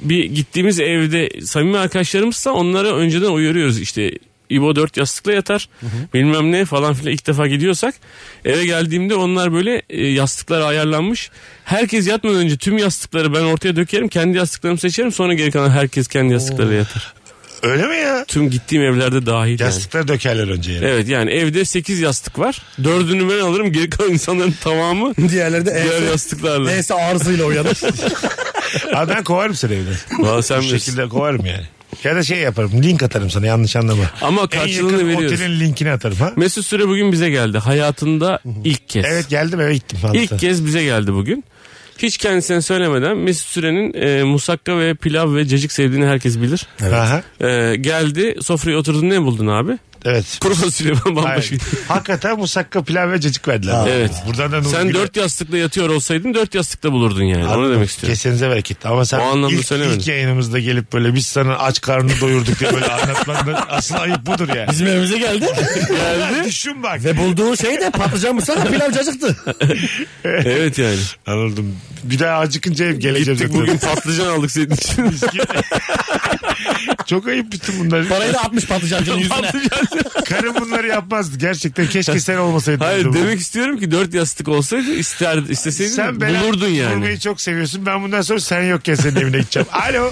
Speaker 3: bir gittiğimiz evde samimi arkadaşlarımızsa onlara önceden uyarıyoruz işte İbo dört yastıkla yatar bilmem ne falan filan ilk defa gidiyorsak eve geldiğimde onlar böyle e, yastıklar ayarlanmış. Herkes yatmadan önce tüm yastıkları ben ortaya dökerim kendi yastıklarımı seçerim sonra geri kalan herkes kendi yastıklarıyla yatar.
Speaker 1: Öyle mi ya?
Speaker 3: Tüm gittiğim evlerde dahil yani.
Speaker 1: Yastıkları dökerler önce yere.
Speaker 3: Evet yani evde 8 yastık var. 4'ünü ben alırım geri kalan insanların tamamı
Speaker 2: Diğerleri de
Speaker 3: diğer
Speaker 2: ense,
Speaker 3: yastıklarla.
Speaker 2: ense ağrısıyla uyanır.
Speaker 1: Abi ben kovarım seni evden.
Speaker 3: Valla sen
Speaker 1: Bu
Speaker 3: bilirsin.
Speaker 1: şekilde kovarım yani. Ya da şey yaparım link atarım sana yanlış anlama.
Speaker 3: Ama karşılığını
Speaker 1: en yakın
Speaker 3: veriyoruz.
Speaker 1: otelin linkini atarım ha.
Speaker 3: Mesut Süre bugün bize geldi. Hayatında ilk kez.
Speaker 1: Evet geldim eve gittim.
Speaker 3: İlk kez bize geldi bugün. Hiç kendisine söylemeden Mesut Süre'nin e, musakka ve pilav ve cacık sevdiğini herkes bilir.
Speaker 1: Evet. Aha,
Speaker 3: E, geldi sofraya oturdun ne buldun abi?
Speaker 1: evet.
Speaker 3: Kuru fasulye ben bambaşka.
Speaker 1: Hayır. Hakikaten musakka pilav ve cacık verdiler. bana.
Speaker 3: Evet.
Speaker 1: Buradan da Nurgül'e-
Speaker 3: Sen dört yastıkla yatıyor olsaydın dört yastıkla bulurdun yani. Onu demek istiyorum.
Speaker 1: Kesenize bereket. Ama sen
Speaker 3: O anlamda
Speaker 1: ilk,
Speaker 3: söylemedim.
Speaker 1: ilk yayınımızda gelip böyle biz sana aç karnını doyurduk diye böyle anlatman da asıl ayıp budur yani.
Speaker 2: Bizim evimize geldi.
Speaker 1: Düşün bak.
Speaker 2: Ve bulduğu şey de patlıcan mısır pilav cacıktı.
Speaker 3: Evet yani.
Speaker 1: Anladım. Bir daha acıkınca hep geleceğim.
Speaker 3: Gittik
Speaker 1: zaten.
Speaker 3: bugün patlıcan aldık senin için.
Speaker 1: Çok ayıp bütün bunlar.
Speaker 2: Parayı da atmış patlıcancının yüzüne.
Speaker 3: Patlıcan
Speaker 1: Karım bunları yapmazdı. Gerçekten keşke sen olmasaydın.
Speaker 3: Hayır
Speaker 1: dedim.
Speaker 3: demek istiyorum ki dört yastık olsaydı ister isteseydin
Speaker 1: bela
Speaker 3: bulurdun yani.
Speaker 1: Vurmayı çok seviyorsun. Ben bundan sonra sen yokken senin evine gideceğim. Alo.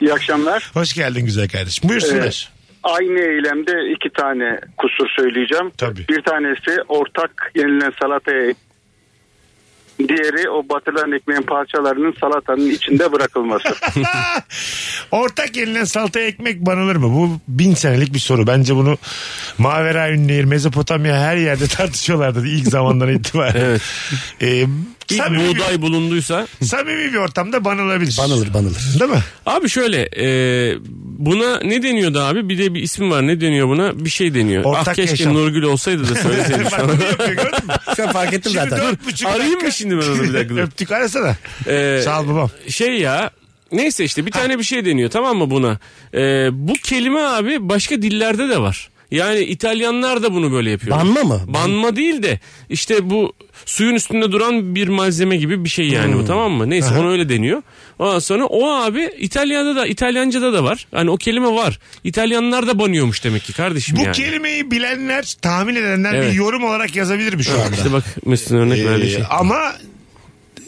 Speaker 8: İyi akşamlar.
Speaker 1: Hoş geldin güzel kardeşim. Buyursunlar.
Speaker 8: Aynı eylemde iki tane kusur söyleyeceğim.
Speaker 1: Tabii.
Speaker 8: Bir tanesi ortak yenilen salataya Diğeri o batılan ekmeğin parçalarının salatanın içinde bırakılması.
Speaker 1: Ortak yenilen salataya ekmek banılır mı? Bu bin senelik bir soru. Bence bunu Mavera Ünlüyer, Mezopotamya her yerde tartışıyorlardı ilk zamandan itibaren.
Speaker 3: Evet.
Speaker 1: Ee,
Speaker 3: İlk
Speaker 1: samimi,
Speaker 3: buğday bulunduysa.
Speaker 1: bir, samimi bir ortamda banılabilir.
Speaker 2: Banılır banılır.
Speaker 1: Değil mi?
Speaker 3: Abi şöyle e, buna ne deniyordu abi? Bir de bir ismi var ne deniyor buna? Bir şey deniyor.
Speaker 1: Ortak
Speaker 3: ah keşke
Speaker 1: yaşam.
Speaker 3: Nurgül olsaydı da söyleseydi
Speaker 1: Bak
Speaker 3: sana.
Speaker 1: bunu yapıyor gördün mü?
Speaker 2: Sen fark ettim
Speaker 1: Şimdi
Speaker 2: zaten.
Speaker 1: dört buçuk
Speaker 3: Arayayım mı
Speaker 1: dakika-
Speaker 3: şimdi ben onu bir dakika? dur.
Speaker 1: Öptük arasana.
Speaker 3: Ee,
Speaker 1: Sağ ol babam.
Speaker 3: Şey ya neyse işte bir tane bir şey deniyor tamam mı buna? E, bu kelime abi başka dillerde de var. Yani İtalyanlar da bunu böyle yapıyor.
Speaker 2: Banma mı?
Speaker 3: Banma değil de işte bu suyun üstünde duran bir malzeme gibi bir şey yani bu
Speaker 1: Hmm.
Speaker 3: tamam mı? Neyse ona öyle deniyor. Ondan sonra o abi İtalya'da da İtalyanca'da da var. Hani o kelime var. İtalyanlar da banıyormuş demek ki kardeşim
Speaker 1: Bu
Speaker 3: yani.
Speaker 1: kelimeyi bilenler, tahmin edenler
Speaker 3: Evet.
Speaker 1: bir yorum olarak yazabilir mi şu anda?
Speaker 3: İşte bak Mesut'un örnek verdiği şey.
Speaker 1: Ee, ama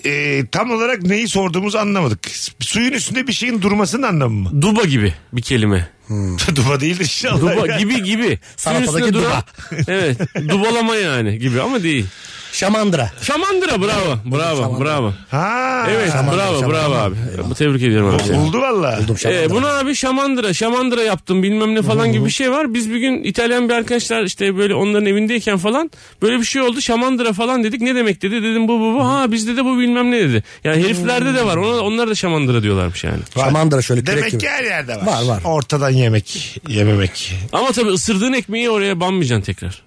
Speaker 1: e, tam olarak neyi sorduğumuzu anlamadık. Suyun üstünde bir şeyin durmasının anlamı mı?
Speaker 3: Duba gibi bir kelime.
Speaker 1: Duba değildir inşallah.
Speaker 3: Duba Hmm. gibi gibi. Suyun
Speaker 2: Salatadaki
Speaker 3: üstünde
Speaker 2: duba.
Speaker 3: evet. Dubalama yani gibi ama değil.
Speaker 2: Şamandıra.
Speaker 3: Şamandıra bravo. Bravo
Speaker 2: Şamandıra.
Speaker 3: bravo.
Speaker 1: Ha.
Speaker 3: Evet
Speaker 2: Şamandıra,
Speaker 3: bravo
Speaker 2: Şamandıra.
Speaker 3: bravo abi.
Speaker 2: Eyvallah.
Speaker 3: Bu tebrik ediyorum abi. seni.
Speaker 1: Buldu valla.
Speaker 2: Buldum şamandıra.
Speaker 3: Ee, buna abi şamandıra, şamandıra yaptım bilmem ne falan gibi bir şey var. Biz bir gün İtalyan bir arkadaşlar işte böyle onların evindeyken falan böyle bir şey oldu. Şamandıra falan dedik. Ne demek dedi. Dedim bu bu bu. Ha bizde de bu bilmem ne dedi. Yani heriflerde de var. Ona, onlar da şamandıra diyorlarmış yani.
Speaker 2: Şamandıra şöyle kürek
Speaker 1: Demek
Speaker 2: gibi.
Speaker 1: ki her yerde var.
Speaker 2: Var, var.
Speaker 1: Ortadan yemek yememek.
Speaker 3: Ama tabii ısırdığın ekmeği oraya banmayacaksın tekrar.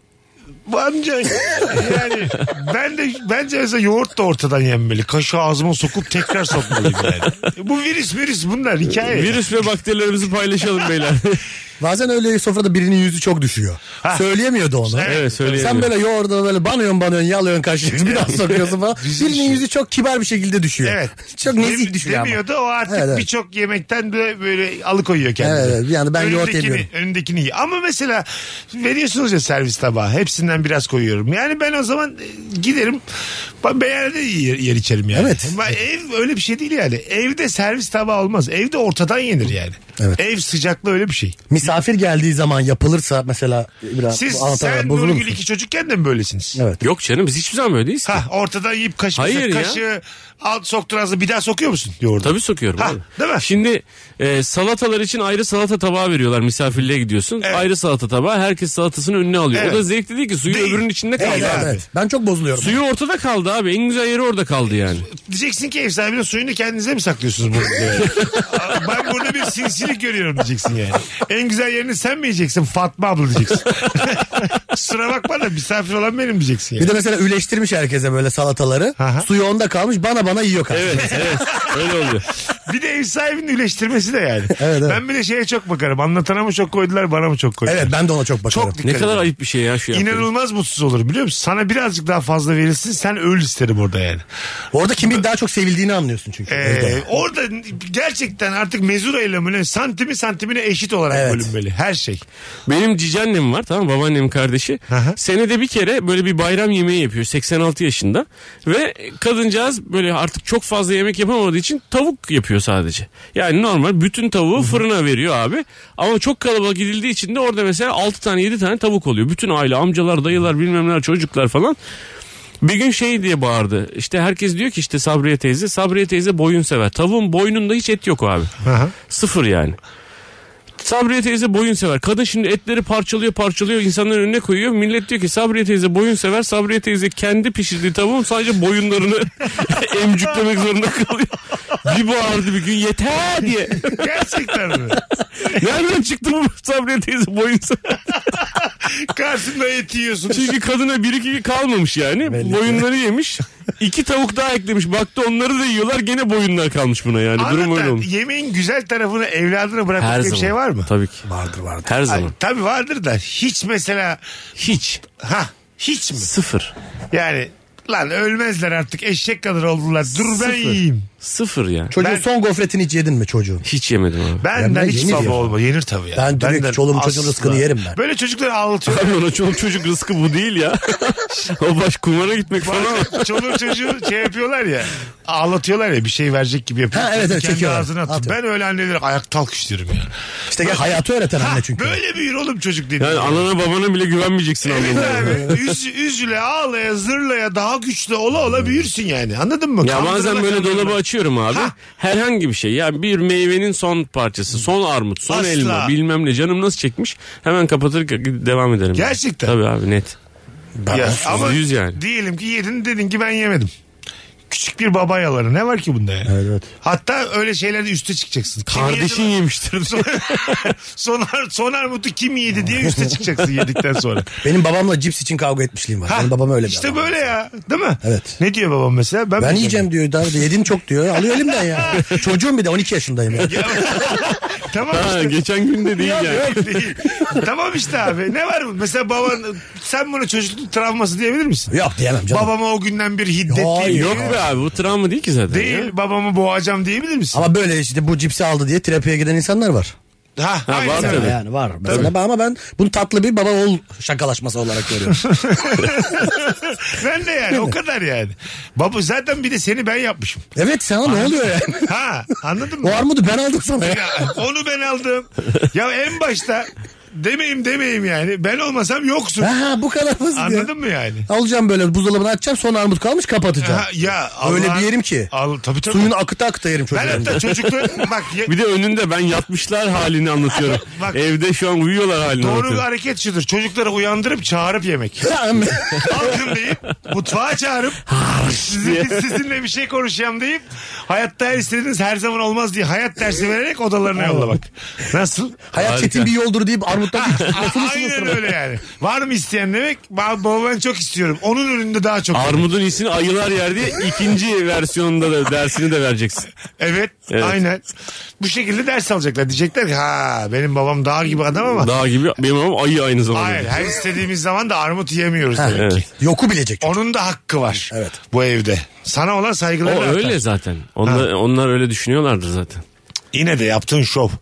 Speaker 1: Bu amca yani ben de bence mesela yoğurt da ortadan yenmeli. Kaşığı ağzıma sokup tekrar sokmalıyım yani. Bu virüs virüs bunlar hikaye.
Speaker 3: Virüs ve bakterilerimizi paylaşalım beyler.
Speaker 2: Bazen öyle sofrada birinin yüzü çok düşüyor. Söyleyemiyordu onu.
Speaker 3: evet söyleyemiyorum.
Speaker 2: Sen böyle yoğurda böyle banıyorsun banıyorsun yalıyorsun kaşığı bir daha sokuyorsun falan.
Speaker 1: Yüzü
Speaker 2: Birinin
Speaker 1: düşüyor.
Speaker 2: yüzü çok kibar bir şekilde düşüyor.
Speaker 1: Evet.
Speaker 2: Çok
Speaker 1: Dem-
Speaker 2: nezik düşüyor ama.
Speaker 1: Demiyordu o artık
Speaker 2: Evet, evet.
Speaker 1: birçok yemekten de böyle alıkoyuyor kendini.
Speaker 2: Evet, evet. Bir anda ben yoğurt
Speaker 1: Önündekini-
Speaker 2: yemiyorum.
Speaker 1: Önündekini yiyor. Ama mesela veriyorsunuz ya servis tabağı. Hepsinden biraz koyuyorum. Yani ben o zaman e, giderim. Ben beğenir de yer, yer içerim yani.
Speaker 2: Evet.
Speaker 1: Ben ev öyle bir şey değil yani. Evde servis tabağı olmaz. Evde ortadan yenir yani.
Speaker 2: Evet.
Speaker 1: Ev sıcaklığı öyle bir şey.
Speaker 2: Misafir geldiği zaman yapılırsa mesela biraz
Speaker 1: Siz
Speaker 2: anlatamam,
Speaker 1: sen
Speaker 2: bozulur
Speaker 1: Nurgül
Speaker 2: musun?
Speaker 1: iki çocukken de mi böylesiniz?
Speaker 2: Evet.
Speaker 3: Yok canım biz hiçbir zaman böyle değiliz ki.
Speaker 1: Ha ortadan yiyip kaş
Speaker 3: Hayır ya.
Speaker 1: kaşığı alt soktun ağzına bir daha sokuyor musun yoğurdu?
Speaker 3: Tabii sokuyorum.
Speaker 1: Ha,
Speaker 3: abi.
Speaker 1: değil mi?
Speaker 3: Şimdi e, salatalar için ayrı salata tabağı veriyorlar misafirliğe gidiyorsun.
Speaker 1: Evet.
Speaker 3: Ayrı salata tabağı herkes salatasını önüne alıyor.
Speaker 1: Evet.
Speaker 3: O da zevkli değil ki suyu
Speaker 1: Değil.
Speaker 3: öbürünün içinde kaldı.
Speaker 1: Evet,
Speaker 3: abi.
Speaker 1: abi.
Speaker 2: Evet. Ben çok bozuluyorum.
Speaker 3: Suyu ortada kaldı abi. En güzel yeri orada kaldı yani.
Speaker 1: Diyeceksin ki ev sahibinin suyunu kendinize mi saklıyorsunuz burada? diye. Aa, ben burada bir sinsilik görüyorum diyeceksin yani. En güzel yerini sen mi yiyeceksin Fatma abla diyeceksin. Kusura bakma da misafir olan benim diyeceksin yani.
Speaker 2: Bir de mesela üleştirmiş herkese böyle salataları.
Speaker 1: Aha.
Speaker 2: Suyu onda kalmış bana bana yiyor karşı.
Speaker 3: Evet evet öyle oluyor.
Speaker 1: Bir de ev sahibinin üleştirmesi de yani.
Speaker 2: evet.
Speaker 1: Ben bir de şeye çok bakarım. Anlatana mı çok koydular bana mı çok koydular.
Speaker 2: Evet ben de ona çok bakarım.
Speaker 1: Çok dikkat
Speaker 3: Ne kadar
Speaker 1: ederim.
Speaker 3: ayıp bir şey ya şu yaptığın.
Speaker 1: İnanılmaz mutsuz olurum biliyor musun? Sana birazcık daha fazla verilsin sen öl isterim orada yani.
Speaker 2: Orada kimin daha çok sevildiğini anlıyorsun çünkü.
Speaker 1: Ee,
Speaker 2: Evde.
Speaker 1: orada gerçekten artık mezura ile mi ne, santimi santimine eşit olarak
Speaker 2: Evet.
Speaker 1: bölünmeli her şey.
Speaker 3: Benim cicannem var tamam mı? babaannemin kardeşi.
Speaker 1: hı.
Speaker 3: Senede bir kere böyle bir bayram yemeği yapıyor 86 yaşında. Ve kadıncağız böyle artık çok fazla yemek yapamadığı için tavuk yapıyor sadece. Yani normal bütün tavuğu fırına veriyor abi. Ama çok kalabalık gidildiği için de orada mesela 6 tane 7 tane tavuk oluyor. Bütün aile amcalar dayılar bilmem neler çocuklar falan. Bir gün şey diye bağırdı. İşte herkes diyor ki işte Sabriye teyze. Sabriye teyze boyun sever. Tavuğun boynunda hiç et yok abi.
Speaker 1: Aha.
Speaker 3: Sıfır yani. Sabriye teyze boyun sever. Kadın şimdi etleri parçalıyor parçalıyor insanların önüne koyuyor. Millet diyor ki Sabriye teyze boyun sever. Sabriye teyze kendi pişirdiği tavuğun sadece boyunlarını emcüklemek zorunda kalıyor. Bir bağırdı bir gün yeter diye.
Speaker 1: Gerçekten mi?
Speaker 3: Nereden çıktı bu Sabriye teyze boyun sever?
Speaker 1: Karşında et yiyorsun.
Speaker 3: Çünkü kadına bir iki kalmamış yani. Boyunları yemiş. İki tavuk daha eklemiş. Baktı onları da yiyorlar. Gene boyunlar kalmış buna yani. Durum öyle
Speaker 1: Anlatan
Speaker 3: olmuş.
Speaker 1: yemeğin güzel tarafını evladına bırakmak diye bir şey var mı?
Speaker 3: Tabii ki.
Speaker 2: Vardır vardır.
Speaker 3: Her zaman.
Speaker 1: Ay, tabii vardır da hiç mesela
Speaker 3: Hiç.
Speaker 1: ha hiç mi?
Speaker 3: Sıfır.
Speaker 1: Yani lan ölmezler artık eşek kadar oldular. Dur ben
Speaker 3: Sıfır.
Speaker 1: yiyeyim.
Speaker 3: Sıfır yani.
Speaker 2: Çocuğun
Speaker 1: Ben-
Speaker 2: son gofretini hiç yedin mi çocuğun?
Speaker 3: Hiç yemedim abi.
Speaker 1: Benden
Speaker 2: ben
Speaker 1: hiç
Speaker 2: yenir
Speaker 1: baba
Speaker 2: ya.
Speaker 1: olma. Yenir tabii ya.
Speaker 2: Ben direkt çoluğum çocuğun rızkını yerim ben.
Speaker 1: Böyle çocukları ağlatıyorum.
Speaker 3: Abi ona çoluk çocuk rızkı bu değil ya. o baş kumara gitmek falan ama.
Speaker 1: Çoluk çocuğu şey yapıyorlar ya. Ağlatıyorlar ya bir şey verecek gibi yapıyor.
Speaker 2: Ha, evet, evet,
Speaker 1: Kendi
Speaker 2: çekiyorlar.
Speaker 1: ağzına atıyor.
Speaker 2: Atıyor.
Speaker 1: Ben öyle anneleri ayakta alkışlıyorum ya.
Speaker 2: İşte gel hayatı öğreten
Speaker 1: Ha,
Speaker 2: anne çünkü.
Speaker 1: Böyle büyür oğlum çocuk dedi.
Speaker 3: Yani anana babana bile güvenmeyeceksin
Speaker 1: Evet
Speaker 3: anlamında.
Speaker 1: abi. Üz, üzüle, ağlaya, zırlaya, daha güçlü ola ola büyürsün yani. Anladın mı?
Speaker 3: Ya bazen
Speaker 1: Kandırıla
Speaker 3: böyle
Speaker 1: kandırıla.
Speaker 3: dolabı açıyorum abi.
Speaker 1: Ha.
Speaker 3: Herhangi bir şey. Yani bir meyvenin son parçası, son armut, son
Speaker 1: Asla.
Speaker 3: elma bilmem ne. Canım nasıl çekmiş? Hemen kapatır devam ederim.
Speaker 1: Gerçekten.
Speaker 3: Tabii abi net.
Speaker 1: Ya, ama
Speaker 3: Yüz yani.
Speaker 1: diyelim ki yedin dedin ki ben yemedim. Küçük bir baba yaları ne var ki bunda yani?
Speaker 2: Evet, evet.
Speaker 1: Hatta öyle şeylerde üste çıkacaksın. Kim
Speaker 3: Kardeşin
Speaker 1: yedi-
Speaker 3: yemiştir.
Speaker 1: Son, sonar, sonar mutu kim yedi diye üste çıkacaksın yedikten sonra.
Speaker 2: Benim babamla cips için kavga etmişliğim var.
Speaker 1: Ha,
Speaker 2: Benim babam öyle bir
Speaker 1: İşte
Speaker 2: adam.
Speaker 1: böyle ya değil mi?
Speaker 2: Evet.
Speaker 1: Ne diyor babam mesela? Ben,
Speaker 2: Ben
Speaker 1: mi
Speaker 2: yiyeceğim diyor. Daha da yedin çok diyor. Alıyor elimden ya. Çocuğum bir de 12 yaşındayım ya.
Speaker 1: Tamam
Speaker 3: Ha,
Speaker 1: işte.
Speaker 3: geçen gün de değil
Speaker 1: Yok,
Speaker 3: yani.
Speaker 1: yok, değil. tamam işte abi. Ne var bu? Mesela baban sen buna çocukluk travması diyebilir misin?
Speaker 2: Yok diyemem canım.
Speaker 1: Babama o günden bir hiddet
Speaker 2: Hayır,
Speaker 1: değil.
Speaker 3: Yok be abi bu travma değil ki zaten.
Speaker 1: Değil
Speaker 3: ya.
Speaker 1: babamı boğacağım diyebilir misin?
Speaker 2: Ama böyle işte bu cipsi aldı diye terapiye giden insanlar var.
Speaker 1: ha,
Speaker 3: var
Speaker 1: aynen.
Speaker 3: tabii.
Speaker 2: Yani var. Mesela ama ben bunu tatlı bir baba oğul şakalaşması olarak görüyorum.
Speaker 1: Ben de yani o kadar yani. Baba zaten bir de seni ben yapmışım.
Speaker 2: evet sana ne oluyor yani?
Speaker 1: Ha anladın
Speaker 2: O
Speaker 1: mı?
Speaker 2: armudu ben aldım sana ya.
Speaker 1: Ya, onu ben aldım. Ya en başta demeyim demeyim yani. Ben olmasam yoksun.
Speaker 2: Ha bu kadar hızlı.
Speaker 1: Anladın mı yani?
Speaker 2: Alacağım böyle buzdolabını açacağım son armut kalmış kapatacağım.
Speaker 1: Ha, ya
Speaker 2: Öyle
Speaker 1: Allah'ın-
Speaker 2: bir yerim ki.
Speaker 1: Al, tabii tabii.
Speaker 2: Suyunu akıta akıta yerim
Speaker 1: ben
Speaker 2: çocuğum.
Speaker 1: hatta çocuklar bak ya-
Speaker 3: Bir de önünde ben yatmışlar halini anlatıyorum.
Speaker 1: Bak-
Speaker 3: Evde şu an uyuyorlar halini
Speaker 1: doğru bir
Speaker 3: anlatıyorum.
Speaker 1: hareket şudur. Çocukları uyandırıp çağırıp yemek. Kalkın deyip mutfağa çağırıp sizin, sizinle bir şey konuşacağım deyip hayatta her istediğiniz her zaman olmaz diye hayat dersi vererek odalarına yollamak. Nasıl?
Speaker 2: Hayat
Speaker 3: Harika.
Speaker 2: çetin bir yoldur deyip armuttan bir tutmasını
Speaker 1: Aynen öyle yani. Var mı isteyen demek? Ba- Baba ben çok istiyorum. Onun önünde daha çok.
Speaker 3: Armudun iyisini ayılar yer diye ikinci versiyonunda da dersini de vereceksin.
Speaker 1: Evet,
Speaker 3: Evet.
Speaker 1: aynen. Bu şekilde ders alacaklar. Diyecekler ki ha benim babam dağ gibi adam ama.
Speaker 3: Dağ gibi benim ama ayı aynı zamanda.
Speaker 1: Hayır her istediğimiz zaman da armut yiyemiyoruz demek.
Speaker 3: Evet.
Speaker 2: Yoku bilecek.
Speaker 1: Onun da hakkı var.
Speaker 2: Evet.
Speaker 1: Bu evde. Sana olan
Speaker 3: O
Speaker 1: saygıları artar.
Speaker 3: öyle zaten. Onlar, onlar öyle düşünüyorlardır zaten.
Speaker 1: Yine de yaptığın şov.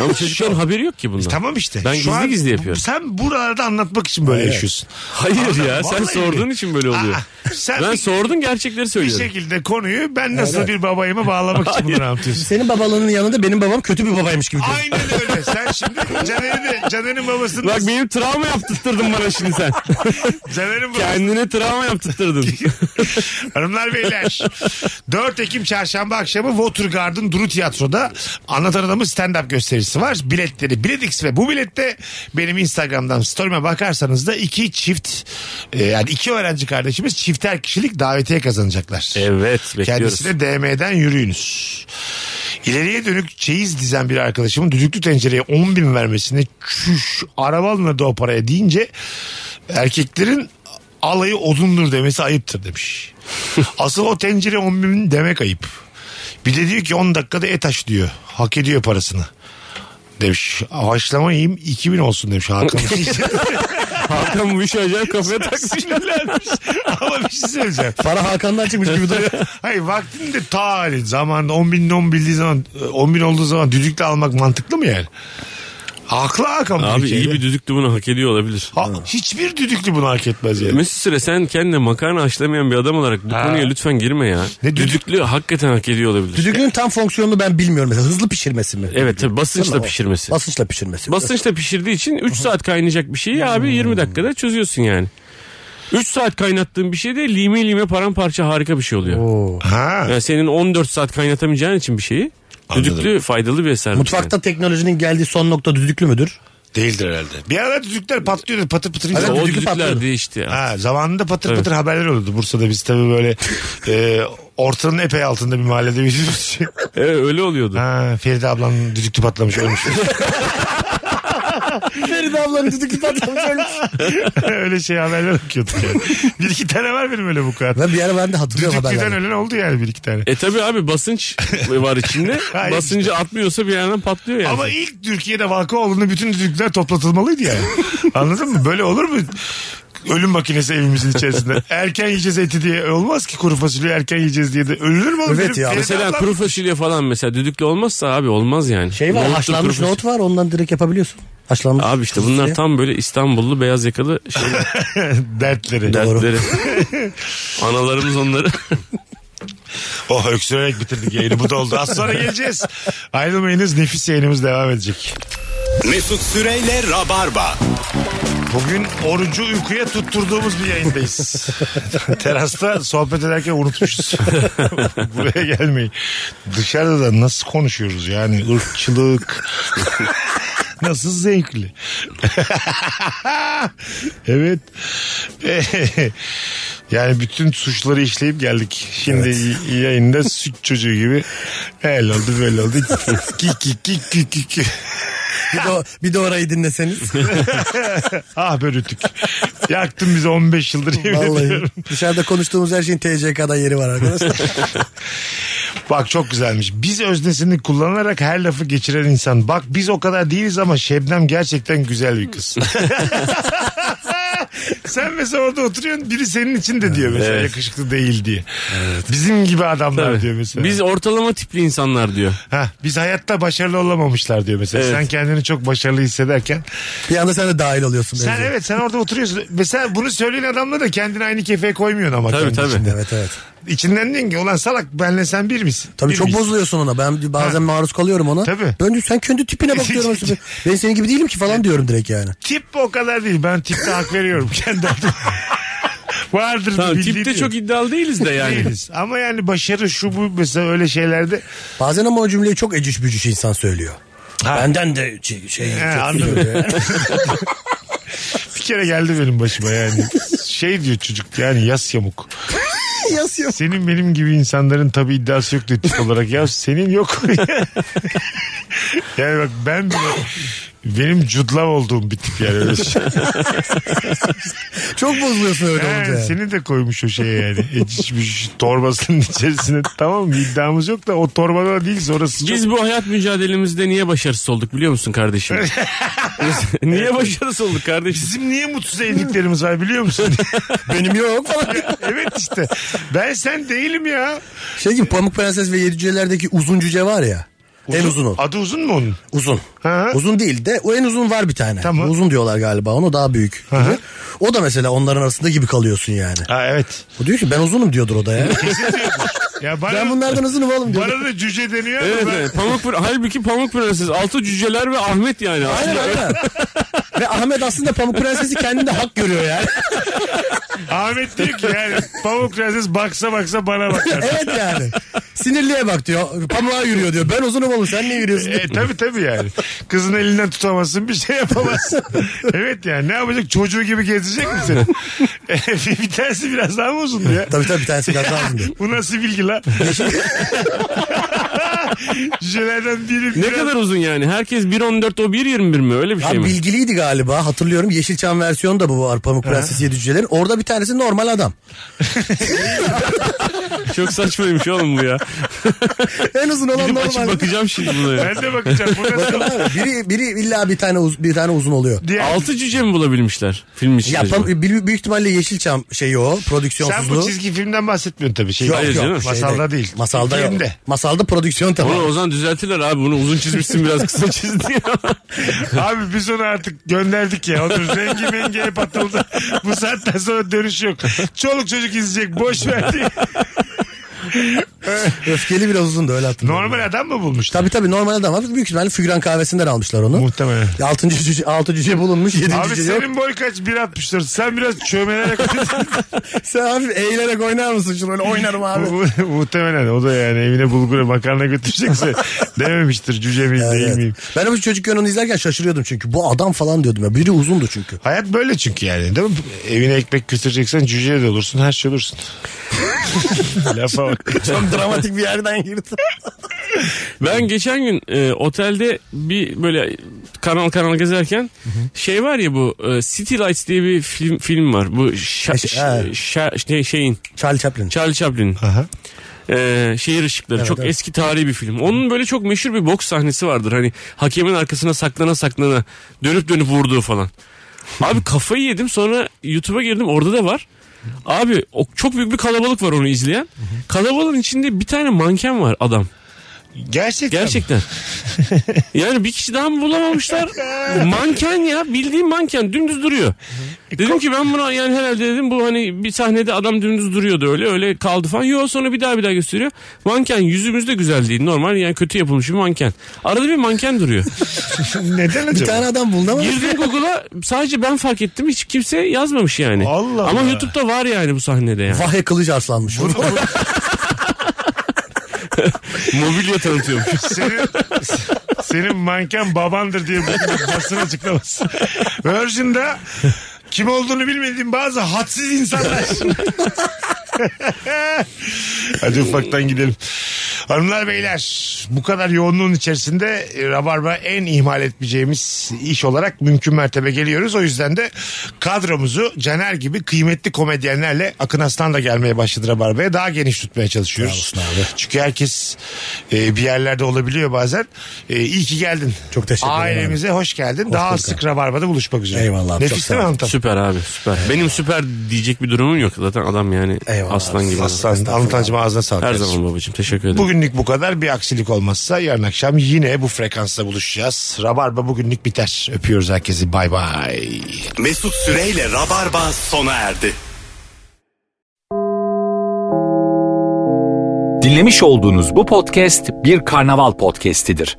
Speaker 3: Ama çocukların haberi yok ki bundan.
Speaker 1: E, Tamam işte.
Speaker 3: Ben
Speaker 1: Şu
Speaker 3: gizli
Speaker 1: an
Speaker 3: gizli yapıyorum.
Speaker 1: Sen buralarda anlatmak için böyle yaşıyorsun.
Speaker 3: Hayır ya sen
Speaker 1: Vallahi
Speaker 3: sorduğun
Speaker 1: mi?
Speaker 3: için böyle oluyor.
Speaker 1: Aa, sen
Speaker 3: Ben
Speaker 1: bir- şey
Speaker 3: sordum gerçekleri
Speaker 1: bir şey
Speaker 3: söylüyorum.
Speaker 1: şekilde konuyu ben nasıl bir babayıma bağlamak için bunu anlatıyorsun.
Speaker 2: Senin babalığının yanında benim babam kötü bir babaymış gibi. görünüyor.
Speaker 1: Aynen öyle. Sen şimdi Caner'i de Caner'in babasını
Speaker 3: Bak benim travma yaptırttırdın bana şimdi sen.
Speaker 1: Caner'in babasını
Speaker 3: Kendine travma yaptırttırdın.
Speaker 1: Hanımlar beyler 4 Ekim çarşamba akşamı Watergarden Duru Tiyatro'da Anlatan Adam'ın stand-up gösterisi var. Biletleri Biletix ve bu bilette benim Instagram'dan story'me bakarsanız da iki çift e, yani iki öğrenci kardeşimiz çifter kişilik davetiye kazanacaklar.
Speaker 3: evet bekliyoruz.
Speaker 1: Kendisine DM'den yürüyünüz. İleriye dönük çeyiz dizen bir arkadaşımın düdüklü tencereye 10 bin vermesine çüş araba alınırdı o paraya deyince erkeklerin alayı odundur demesi ayıptır demiş. Asıl o tencere 10 bin demek ayıp. Bir de diyor ki 10 dakikada et aç diyor. Hak ediyor parasını. Demiş. Haşlama yiyeyim 2000 olsun demiş Hakan.
Speaker 3: Hakan bu işi acayip kafaya takmış.
Speaker 1: Sinirlenmiş. Ama bir şey söyleyeceğim.
Speaker 2: Para Hakan'dan çıkmış gibi duruyor.
Speaker 1: Hayır vaktinde ta hani zamanında 10 bin 10 bildiği zaman 10 bin olduğu zaman düdükle almak mantıklı mı yani? Haklı Hakan. bu
Speaker 3: Abi
Speaker 1: ülkede.
Speaker 3: iyi bir düdüklü bunu hak ediyor olabilir.
Speaker 1: şey. Ha, hiçbir düdüklü bunu hak etmez yani.
Speaker 3: Mesut Süre sen kendine makarna haşlamayan bir adam olarak bu konuya lütfen girme ya.
Speaker 1: Ne düdük-
Speaker 3: Düdüklü hakikaten hak ediyor olabilir.
Speaker 2: Düdüklünün tam fonksiyonunu ben bilmiyorum mesela. Hızlı pişirmesi mi?
Speaker 3: Evet tabii basınçla
Speaker 2: Tamam.
Speaker 3: pişirmesi.
Speaker 2: Basınçla pişirmesi.
Speaker 3: Basınçla pişirdiği için 3 saat kaynayacak bir şeyi
Speaker 2: Hmm.
Speaker 3: abi 20 dakikada çözüyorsun yani. 3 saat kaynattığın bir şey de lime lime paramparça harika bir şey oluyor.
Speaker 1: Ha.
Speaker 3: Yani senin 14 saat kaynatamayacağın için bir şeyi düdüklü faydalı bir eser.
Speaker 2: Mutfakta teknolojinin geldiği son nokta düdüklü müdür?
Speaker 1: Değildir herhalde. Bir ara düdükler patlıyordu patır patır.
Speaker 3: Yani.
Speaker 1: insan-
Speaker 3: O
Speaker 2: düdüklü
Speaker 3: düdükler
Speaker 2: patlıyor.
Speaker 3: değişti. ya.
Speaker 1: Ha, zamanında patır patır haberler olurdu Bursa'da biz tabii böyle e, ortanın epey altında bir mahallede bir
Speaker 3: Ee, öyle oluyordu.
Speaker 1: Ha, Feride ablanın düdüklü patlamış ölmüş.
Speaker 2: Feride ablanın düdüklü patlamış ölmüş.
Speaker 1: öyle şey haberler okuyorduk yani. Bir iki tane var benim öyle bu kadar.
Speaker 2: Ben bir ara ben de hatırlıyorum
Speaker 1: Düdüklüden
Speaker 2: haberleri.
Speaker 1: ölen oldu yani bir iki tane.
Speaker 3: E tabi abi basınç var içinde.
Speaker 1: Hayır
Speaker 3: Basıncı atmıyorsa bir yerden patlıyor yani.
Speaker 1: Ama ilk Türkiye'de vaka olduğunda bütün düdükler toplatılmalıydı yani. Anladın mı? Böyle olur mu? Ölüm makinesi evimizin içerisinde. Erken yiyeceğiz eti diye. Olmaz ki kuru fasulye erken yiyeceğiz diye de. Ölür mü oğlum?
Speaker 2: Evet
Speaker 1: Benim
Speaker 2: ya.
Speaker 1: Feride
Speaker 3: Mesela
Speaker 1: ablam-
Speaker 3: kuru fasulye falan mesela düdüklü olmazsa abi olmaz yani.
Speaker 2: Şey var
Speaker 3: Nohutlu
Speaker 2: haşlanmış
Speaker 3: kuru fasulye.
Speaker 2: nohut var ondan direkt yapabiliyorsun. Haşlanmış.
Speaker 3: Abi işte
Speaker 2: fasulye.
Speaker 3: bunlar tam böyle İstanbullu beyaz yakalı şey,
Speaker 1: Dertleri.
Speaker 3: dertleri. Analarımız onları.
Speaker 1: Oh öksürerek bitirdik yayını. Bu da oldu. Az sonra geleceğiz. Ayrılmayınız. Nefis yayınımız devam edecek.
Speaker 7: Mesut Süreyle Rabarba.
Speaker 1: Bugün orucu uykuya tutturduğumuz bir yayındayız. Terasta sohbet ederken unutmuşuz. Buraya gelmeyi. Dışarıda da nasıl konuşuyoruz yani ırkçılık. nasıl zevkli. evet. yani bütün suçları işleyip geldik. Şimdi y- yayında süt çocuğu gibi. El oldu böyle oldu. Kik kik kik kik kik.
Speaker 2: Bir de, o- bir de orayı dinleseniz.
Speaker 1: ah be Rütük. Yaktın bizi 15 yıldır yemin
Speaker 2: Vallahi
Speaker 1: ediyorum.
Speaker 2: dışarıda konuştuğumuz her şeyin TCK'da yeri var arkadaşlar.
Speaker 1: Bak çok güzelmiş. Biz öznesini kullanarak her lafı geçiren insan. Bak biz o kadar değiliz ama Şebnem gerçekten güzel bir kız. Sen mesela orada oturuyorsun biri senin için de diyor mesela yakışıklı değil diye. Bizim gibi adamlar diyor mesela.
Speaker 3: Biz
Speaker 1: Biz,
Speaker 3: ortalama tipli insanlar diyor.
Speaker 1: ha, biz hayatta başarılı olamamışlar diyor mesela.
Speaker 3: Evet.
Speaker 1: Sen kendini çok başarılı hissederken.
Speaker 2: bir anda sen de dahil oluyorsun.
Speaker 1: Sen
Speaker 2: mevzuya.
Speaker 1: evet sen orada oturuyorsun. Mesela bunu söyleyen adamla da kendini aynı kefeye koymuyorsun ama.
Speaker 3: Tabii
Speaker 1: kendi
Speaker 3: tabii.
Speaker 1: içinde.
Speaker 2: Evet evet.
Speaker 1: İçinden diyorsun ki ulan salak benle sen bir misin?
Speaker 2: Tabii
Speaker 1: Bir
Speaker 2: çok
Speaker 1: miyiz?"
Speaker 2: bozuluyorsun ona. Ben bazen maruz kalıyorum ona.
Speaker 1: Tabii.
Speaker 2: Ben diyorum, sen kendi tipine bak diyorum. ben senin gibi değilim ki falan diyorum direkt yani.
Speaker 1: Tip o kadar değil. Ben tipte hak veriyorum kendi adıma. Vardır
Speaker 3: Tamam
Speaker 1: bildiğim
Speaker 3: tipte
Speaker 1: yok.
Speaker 3: çok iddialı değiliz de yani.
Speaker 1: Değiliz. Ama yani başarı şu bu mesela öyle şeylerde
Speaker 2: Bazen ama o cümleyi çok eciş bücüş insan söylüyor. Benden de şey, şey
Speaker 1: He,
Speaker 2: çok
Speaker 1: anladım.
Speaker 2: söylüyor yani.
Speaker 1: bir kere geldi benim başıma yani. şey diyor çocuk yani yas yamuk.
Speaker 2: Yazıyor.
Speaker 1: Senin benim gibi insanların tabi iddiası yok diyor tip olarak. Ya senin yok. yani bak ben bile benim cudlav olduğum bir tip yani. Öyle şey.
Speaker 2: Çok bozuluyorsun öyle
Speaker 1: He,
Speaker 2: olunca. yani.
Speaker 1: seni de koymuş o şeye yani. E, Eciş bücüş torbasının içerisine. Tamam mı? İddiamız yok da o torbada da değiliz orası. çok-
Speaker 3: Biz bu hayat mücadelemizde niye başarısız olduk biliyor musun kardeşim? niye başarısız olduk kardeşim?
Speaker 1: Bizim niye mutsuz evliliklerimiz var biliyor musun?
Speaker 2: Benim yok falan.
Speaker 1: evet işte. Ben sen değilim ya.
Speaker 2: Şey gibi Pamuk Prenses ve Yedi Cüceler'deki uzun cüce var ya. En uzunu.
Speaker 1: Adı uzun mu onun?
Speaker 2: Uzun.
Speaker 1: Ha.
Speaker 2: Uzun değil de o en uzun var bir tane.
Speaker 1: Tamam.
Speaker 2: Uzun diyorlar galiba onu daha büyük. gibi. O da mesela onların arasında gibi kalıyorsun yani.
Speaker 1: Ha evet.
Speaker 2: O diyor ki ben uzunum diyordur o da ya.
Speaker 1: Ya bana,
Speaker 2: ben bunlardan uzunum oğlum diyor.
Speaker 1: bana da cüce deniyor ama
Speaker 3: Evet,
Speaker 1: ben-
Speaker 3: evet. Pamuk Prenses. Halbuki Pamuk Prenses. Altı cüceler ve Ahmet yani.
Speaker 2: Aynen aynen. Ve Ahmet aslında Pamuk Prenses'i kendinde hak görüyor yani.
Speaker 1: Ahmet diyor ki yani Pamuk Prenses baksa baksa bana bakar.
Speaker 2: evet yani. Sinirliye bak diyor. Pamuğa yürüyor diyor. Ben uzunum oğlum sen niye yürüyorsun?
Speaker 1: E, tabi tabi yani. Kızın elinden tutamazsın bir şey yapamazsın. evet yani ne yapacak çocuğu gibi gezecek mi seni? E, bir- bir tanesi biraz daha mı uzundu ya?
Speaker 2: tabii tabii bir tanesi biraz daha uzun diyor.
Speaker 1: Bu nasıl bilgi la? Cücelerden biri.
Speaker 3: Ne kadar uzun yani? Herkes 1.14 o 1.21 mi? Öyle bir şey
Speaker 2: Abi
Speaker 3: mi?
Speaker 2: bilgiliydi galiba hatırlıyorum. Yeşilçam versiyonu da bu var Pamuk Prenses Yedi Cücelerin. Orada bir tanesi normal adam.
Speaker 3: Çok saçmaymış oğlum bu ya.
Speaker 2: En uzun olan
Speaker 3: Gidip
Speaker 2: normal.
Speaker 3: açıp bakacağım şimdi buna ya.
Speaker 1: Ben de bakacağım. Bu
Speaker 2: Bakın
Speaker 1: nasıl?
Speaker 2: abi, biri, biri illa bir tane uz- bir tane uzun oluyor.
Speaker 1: Diğer-
Speaker 3: Altı cüce mi bulabilmişler film için
Speaker 2: Ya
Speaker 3: acaba?
Speaker 2: Pam- büyük, büyük ihtimalle Yeşilçam şeyi o
Speaker 1: Sen bu
Speaker 2: prodüksiyonsuzluğu.
Speaker 1: çizgi filmden bahsetmiyorsun tabii. Şey,
Speaker 3: Hayır canım.
Speaker 1: Masalda
Speaker 2: şeyde-
Speaker 1: değil.
Speaker 2: Masalda yok.
Speaker 1: Filmde.
Speaker 2: Masalda prodüksiyon
Speaker 3: Onu
Speaker 2: tamam.
Speaker 3: o zaman düzeltirler abi. Bunu uzun çizmişsin biraz kısa çizdin ya.
Speaker 1: Abi biz onu artık gönderdik ya. Onun rengi mengi hep atıldı. Bu saatten sonra dönüş yok. Çoluk çocuk izleyecek. Boş ver diye.
Speaker 2: Öfkeli biraz uzun da öyle hatırlıyorum.
Speaker 1: Normal adam mı bulmuş?
Speaker 2: Tabii tabii normal adam var. Büyük ihtimalle figüran kahvesinden almışlar onu.
Speaker 1: Muhtemelen.
Speaker 2: Ya Altıncı cüce, altı cüce bulunmuş, yedinci
Speaker 1: Abi
Speaker 2: cüce yok.
Speaker 1: senin boy kaç? 1.64. Sen biraz çömelerek
Speaker 2: Sen hafif eğilerek oynar mısın şunu? Öyle oynarım abi.
Speaker 1: Bu- muhtemelen o da yani evine bulgura makarna götürecekse dememiştir cüce miyim
Speaker 2: Evet,
Speaker 1: değil
Speaker 2: evet.
Speaker 1: miyim.
Speaker 2: Ben bu çocukken onu izlerken şaşırıyordum çünkü. Bu adam falan diyordum ya. Biri uzundu çünkü.
Speaker 1: Hayat böyle çünkü yani değil mi? Evine ekmek götüreceksen cüce de olursun her şey olursun. Lafa bak.
Speaker 2: Çok dramatik bir yerden girdi.
Speaker 3: Ben geçen gün e, otelde bir böyle kanal kanal gezerken şey var ya bu e, City Lights diye bir film film var. Bu şa-
Speaker 2: Eş-
Speaker 3: ş-
Speaker 2: he.
Speaker 3: şa- şey- şeyin
Speaker 2: Charlie Chaplin.
Speaker 3: Charlie Chaplin.
Speaker 1: Aha.
Speaker 3: E, şehir ışıkları çok
Speaker 2: evet.
Speaker 3: eski tarihi bir film. Onun böyle çok meşhur bir boks sahnesi vardır. Hani hakemin arkasına saklana saklana dönüp dönüp vurduğu falan. Abi kafayı yedim sonra YouTube'a girdim orada da var. Abi o, çok büyük bir kalabalık var onu izleyen. Kalabalığın içinde bir tane manken var adam.
Speaker 1: Gerçekten.
Speaker 3: Gerçekten. yani bir kişi daha mı bulamamışlar? manken ya bildiğin manken dümdüz duruyor.
Speaker 1: E,
Speaker 3: Dedim ki ben buna yani herhalde dedim bu hani bir sahnede adam dümdüz duruyordu öyle öyle kaldı falan. Yo sonra bir daha bir daha gösteriyor. Manken yüzümüzde güzel değil normal yani kötü yapılmış bir manken. Arada bir manken duruyor.
Speaker 1: Neden acaba?
Speaker 2: Bir tane adam buldu ama
Speaker 3: Girdim Google'a sadece ben fark ettim hiç kimse yazmamış yani.
Speaker 1: Allah
Speaker 3: Ama
Speaker 1: Allah.
Speaker 3: YouTube'da var yani bu sahnede yani.
Speaker 2: Vahye Kılıç arslanmış.
Speaker 3: Mobilya tanıtıyormuş.
Speaker 1: Senin, senin manken babandır diye bugün basın açıklaması. Virgin'da kim olduğunu bilmediğim bazı hadsiz insanlar. Hadi ufaktan gidelim. Hanımlar beyler bu kadar yoğunluğun içerisinde e, Rabarba en ihmal etmeyeceğimiz iş olarak mümkün mertebe geliyoruz. O yüzden de kadromuzu Caner gibi kıymetli komedyenlerle Akın Aslan da gelmeye başladı Rabarba'ya. Daha geniş tutmaya çalışıyoruz. Çünkü herkes e, bir yerlerde olabiliyor bazen. E, iyi ki geldin.
Speaker 2: Çok teşekkür ederim
Speaker 1: Ailemize hoş geldin. Daha
Speaker 2: bulduk
Speaker 1: sık Rabarba'da buluşmak üzere.
Speaker 2: Eyvallah abi, çok
Speaker 1: Nefis
Speaker 2: sağ
Speaker 1: değil mi
Speaker 2: ol.
Speaker 1: Anıtan?
Speaker 3: süper abi süper. Benim süper diyecek bir durumum yok zaten adam yani
Speaker 2: Eyvallah.
Speaker 3: aslan gibi. adam.
Speaker 1: Aslan, Anıtancığım ağzına sağlık.
Speaker 3: Her zaman babacığım teşekkür ederim.
Speaker 1: Bugünlük bu kadar. Bir aksilik olmazsa yarın akşam yine bu frekansta buluşacağız. Rabarba bugünlük biter. Öpüyoruz herkesi. Bay bay.
Speaker 7: Mesut Süreyle Rabarba sona erdi.
Speaker 9: Dinlemiş olduğunuz bu podcast bir karnaval podcastidir.